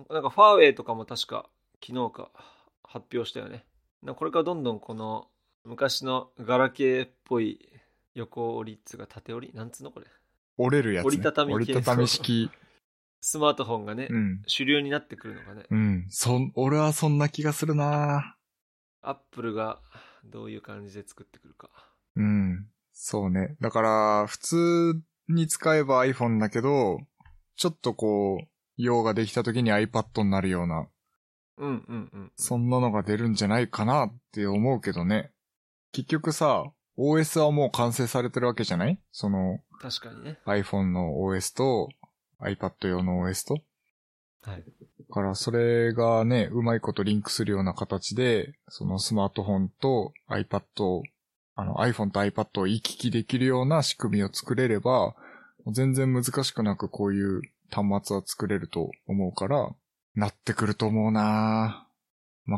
S1: んかなんかファーウェイとかも確か昨日か発表したよね。なんかこれからどんどんこの昔のガラケーっぽい横折りっつうか縦折りなんつうのこれ。
S2: 折れるやつ、ね。
S1: 折りたたみ系
S2: 折りたたみ 式。
S1: スマートフォンがね、
S2: うん。
S1: 主流になってくるのがね。
S2: うん。そん、俺はそんな気がするな
S1: アップルがどういう感じで作ってくるか。
S2: うん。そうね。だから、普通に使えば iPhone だけど、ちょっとこう、用ができた時に iPad になるような、
S1: うんうんうん。
S2: そんなのが出るんじゃないかなって思うけどね。結局さ、OS はもう完成されてるわけじゃないその
S1: 確かにね。
S2: iPhone の OS と iPad 用の OS と。
S1: はい。
S2: だから、それがね、うまいことリンクするような形で、そのスマートフォンと iPad を、あの iPhone と iPad を行き来できるような仕組みを作れれば、全然難しくなくこういう端末は作れると思うから、なってくると思うな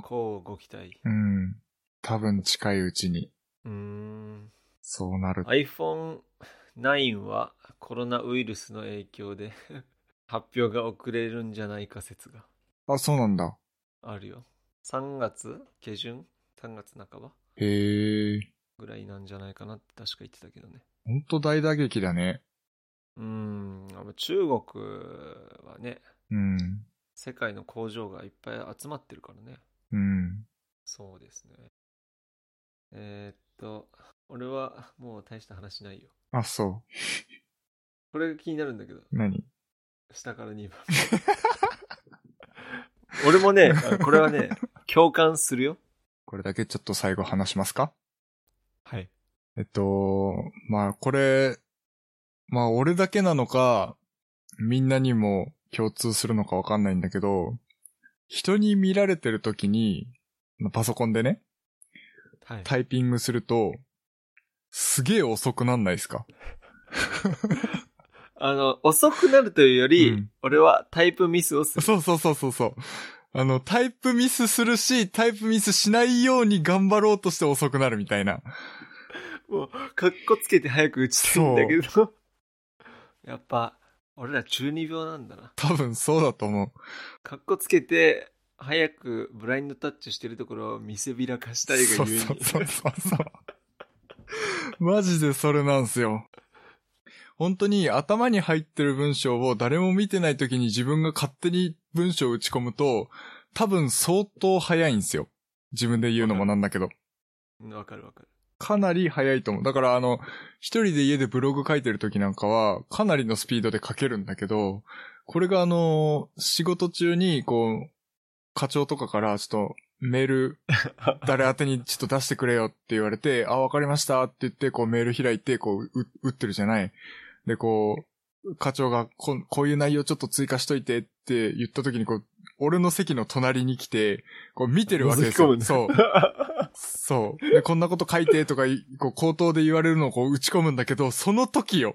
S1: こうご期待。
S2: ぁうん。多分近いうちに、
S1: うーん。
S2: そうなる。
S1: iPhone9 はコロナウイルスの影響で 発表が遅れるんじゃないか説が
S2: あ、そうなんだ。
S1: あるよ。3月下旬 ?3 月半ば
S2: へえ。
S1: ぐらいなんじゃないかなって確か言ってたけどね。
S2: ほんと大打撃だね。
S1: うーん。あの中国はね、
S2: うん。
S1: 世界の工場がいっぱい集まってるからね。
S2: うん。
S1: そうですね。えーっと、俺はもう大した話ないよ。
S2: あ、そ
S1: これが気になるんだけど、
S2: う。何
S1: 下から2番。俺もね、あのこれはね、共感するよ。
S2: これだけちょっと最後話しますか
S1: はい。
S2: えっと、まあこれ、まあ俺だけなのか、みんなにも共通するのかわかんないんだけど、人に見られてる時に、まあパソコンでね、
S1: はい。
S2: タイピングすると、すげえ遅くなんないですか
S1: あの、遅くなるというより、
S2: うん
S1: 俺はタイプミスをする。
S2: そうそうそうそうそう。あの、タイプミスするし、タイプミスしないように頑張ろうとして遅くなるみたいな。
S1: もう、かっこつけて早く打ちたいんだけど。やっぱ、俺ら中二病なんだな。
S2: 多分そうだと思う。
S1: かっこつけて、早くブラインドタッチしてるところを見せびらかしたいがゆえに。
S2: そうそうそうそうそう。マジでそれなんすよ。本当に頭に入ってる文章を誰も見てない時に自分が勝手に文章を打ち込むと、多分相当早いんすよ。自分で言うのもなんだけど。
S1: うんわかるわかる。
S2: かなり早いと思う。だからあの、一人で家でブログ書いてる時なんかは、かなりのスピードで書けるんだけど、これがあの、仕事中に、こう、課長とかから、ちょっと、メール、誰宛てにちょっと出してくれよって言われて、あ、わかりましたって言って、こうメール開いて、こう、う打ってるじゃない。で、こう、課長がこん、こういう内容ちょっと追加しといてって言った時に、こう、俺の席の隣に来て、こう見てるわけです
S1: 覗き込む
S2: よ。
S1: んだ
S2: そう。そう。で、こんなこと書いてとかい、こう、口頭で言われるのをこう打ち込むんだけど、その時よ。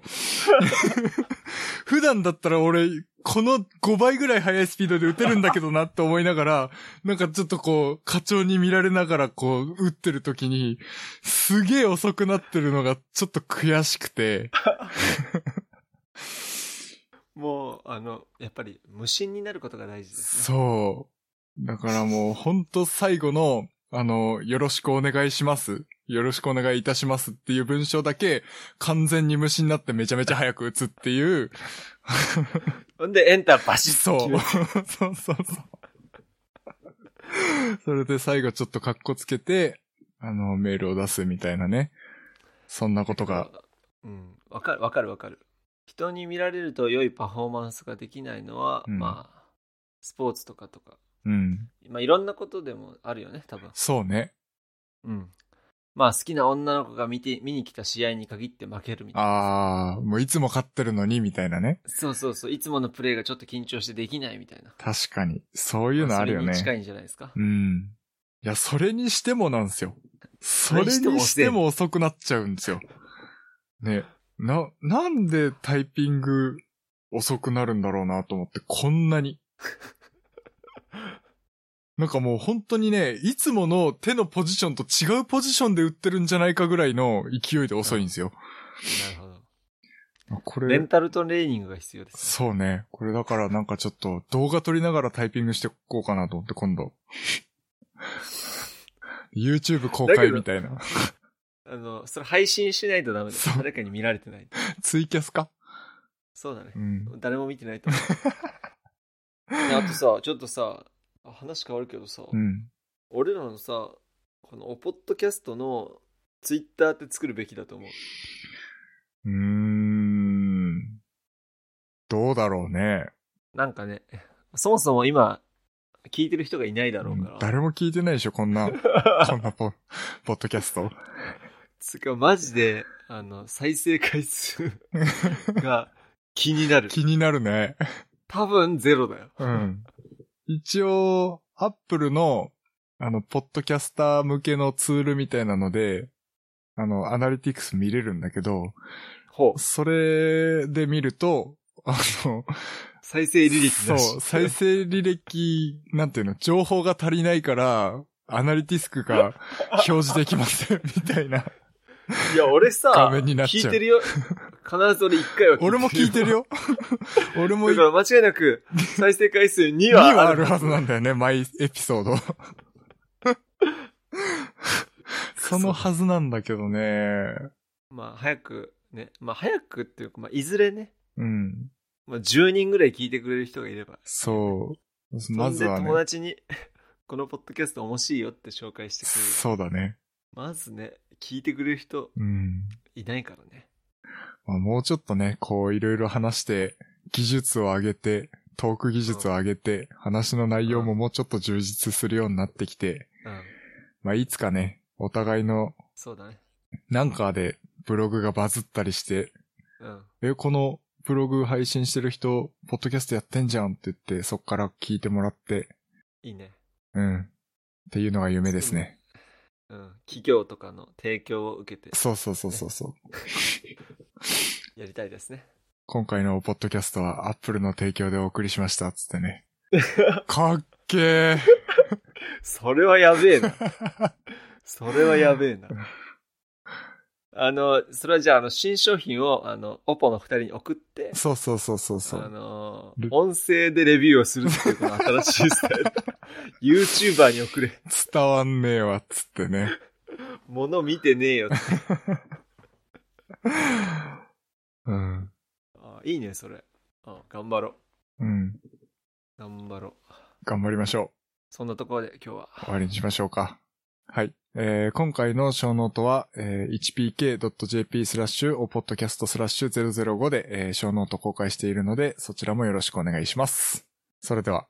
S2: 普段だったら俺、この5倍ぐらい速いスピードで打てるんだけどなって思いながら、なんかちょっとこう、課長に見られながらこう、打ってる時に、すげえ遅くなってるのがちょっと悔しくて、
S1: もう、あの、やっぱり無心になることが大事ですね。
S2: そう。だからもう、ほんと最後の、あの、よろしくお願いします。よろしくお願いいたしますっていう文章だけ、完全に無視になってめちゃめちゃ早く打つっていう、
S1: ほんで、エンターバシッ
S2: そう
S1: と決め。
S2: そうそうそう。それで最後ちょっとカッコつけて、あの、メールを出すみたいなね。そんなことが。
S1: うん、わかるわかるわかる。人に見られると良いパフォーマンスができないのは、
S2: うん
S1: まあ、スポーツとかとか、
S2: うん。
S1: まあ、いろんなことでもあるよね、多分。
S2: そうね。
S1: うん。まあ、好きな女の子が見て、見に来た試合に限って負けるみたいな。
S2: あー、もういつも勝ってるのに、みたいなね。
S1: そうそうそう。いつものプレーがちょっと緊張してできないみたいな。
S2: 確かに。そういうのあるよ
S1: まそれに近
S2: ね。
S1: いんじゃないですか。
S2: うん。いや、それにしてもなんですよ。それ
S1: れに
S2: に
S1: しても
S2: しても遅くなっちゃうんですよ。ね。な、なんでタイピング遅くなるんだろうなと思って、こんなに。 なんかもう本当にね、いつもの手のポジションと違うポジションで打ってるんじゃないかぐらいの勢いで遅いんですよ。
S1: なるほど。
S2: こ
S1: レ
S2: れ
S1: ン、タルトレーニングが必要です。
S2: そうね。これだからなんかちょっと動画撮りながらタイピングしてこうかなと思って今度。YouTube 公開みたいな。
S1: あの、それ配信しないとダメだ
S2: そう。
S1: 誰かに見られてない。
S2: ツイキャスか
S1: そうだね
S2: う。ん。
S1: 誰も見てないと思 う。ねあとさ、ちょっとさ、あ話変わるけどさ、
S2: うん。
S1: 俺らのさ、このおポッドキャストのツイッターって作るべきだと思う。
S2: うーん。どうだろうね。
S1: なんかね、そもそも今、聞いてる人がいないだろうから。
S2: 誰も聞いてないでしょ、こんな、こんなポ、ポッドキャスト。
S1: つうか、マジで、あの、再生回数 が気になる。
S2: 気になるね。
S1: 多分ゼロだよ。
S2: うん。一応、アップルの、あの、ポッドキャスター向けのツールみたいなので、あの、アナリティクス見れるんだけど、
S1: ほう。
S2: それで見ると、あの、
S1: 再生履歴なし。
S2: そう、再生履歴、なんていうの、情報が足りないから、アナリティスクが表示できません、みた いな。
S1: いや、俺さ
S2: 画、面になっちゃう
S1: 聞いてるよ。必ず俺一回は聞いてる。
S2: 俺も聞いて る。よ。俺も
S1: だ
S2: い
S1: から間違いなく、再生回数2
S2: 2は
S1: はあ
S2: あ
S1: る
S2: るはずなんだよね、毎エピソード。そのはずなんだけどね。
S1: まあ、早く、ね。まあ、早くっていうか、まあ、いずれね。
S2: うん。
S1: まあ、10人ぐらい聞いてくれる人がいれば。
S2: そう。まずは
S1: そんで
S2: ね
S1: 友。達に、 このポッドキャスト面白いよって紹介してくれる。
S2: そうだね。
S1: まずね、聞いてくれる人
S2: うん。
S1: いないからね。
S2: まあ、もうちょっとね、こういろいろ話して、技術を上げて、トーク技術を上げて、話の内容ももうちょっと充実するようになってきて、
S1: うん。
S2: まあいつかね、お互いの
S1: そうだね。
S2: なんかでブログがバズったりして、
S1: うん。
S2: え、このブログ配信してる人、ポッドキャストやってんじゃんって言って、そっから聞いてもらって、
S1: いいね。
S2: うん。っていうのが夢ですね。
S1: うん。企業とかの提供を受けて
S2: そうそうそうそうそう。
S1: やりたいですね。
S2: 今回のポッドキャストは Apple の提供でお送りしました、つって ね。かっけー。
S1: それはやべえ な。それはやべえな。あの、それはじゃあ、あの、新商品を、あの、オポの二人に送って、
S2: そうそうそうそうそ
S1: あ
S2: う。
S1: の
S2: ル、
S1: 音声でレビューをするっていう、この新しいスタ イル。YouTuber に送れ。
S2: 伝わんねえわ、つってね。
S1: 物見てねえよって。
S2: うん。
S1: あいいね、それ。あ頑張ろう。
S2: うん。
S1: 頑張ろう。
S2: 頑張りましょう。
S1: そんなところで今日は。
S2: 終わりにしましょうか。はい。えー今回の小ノートは、えー 1pk.jp スラッシュ、おポッドキャストスラッシュ005で、えー小ノート公開しているので、そちらもよろしくお願いします。それでは。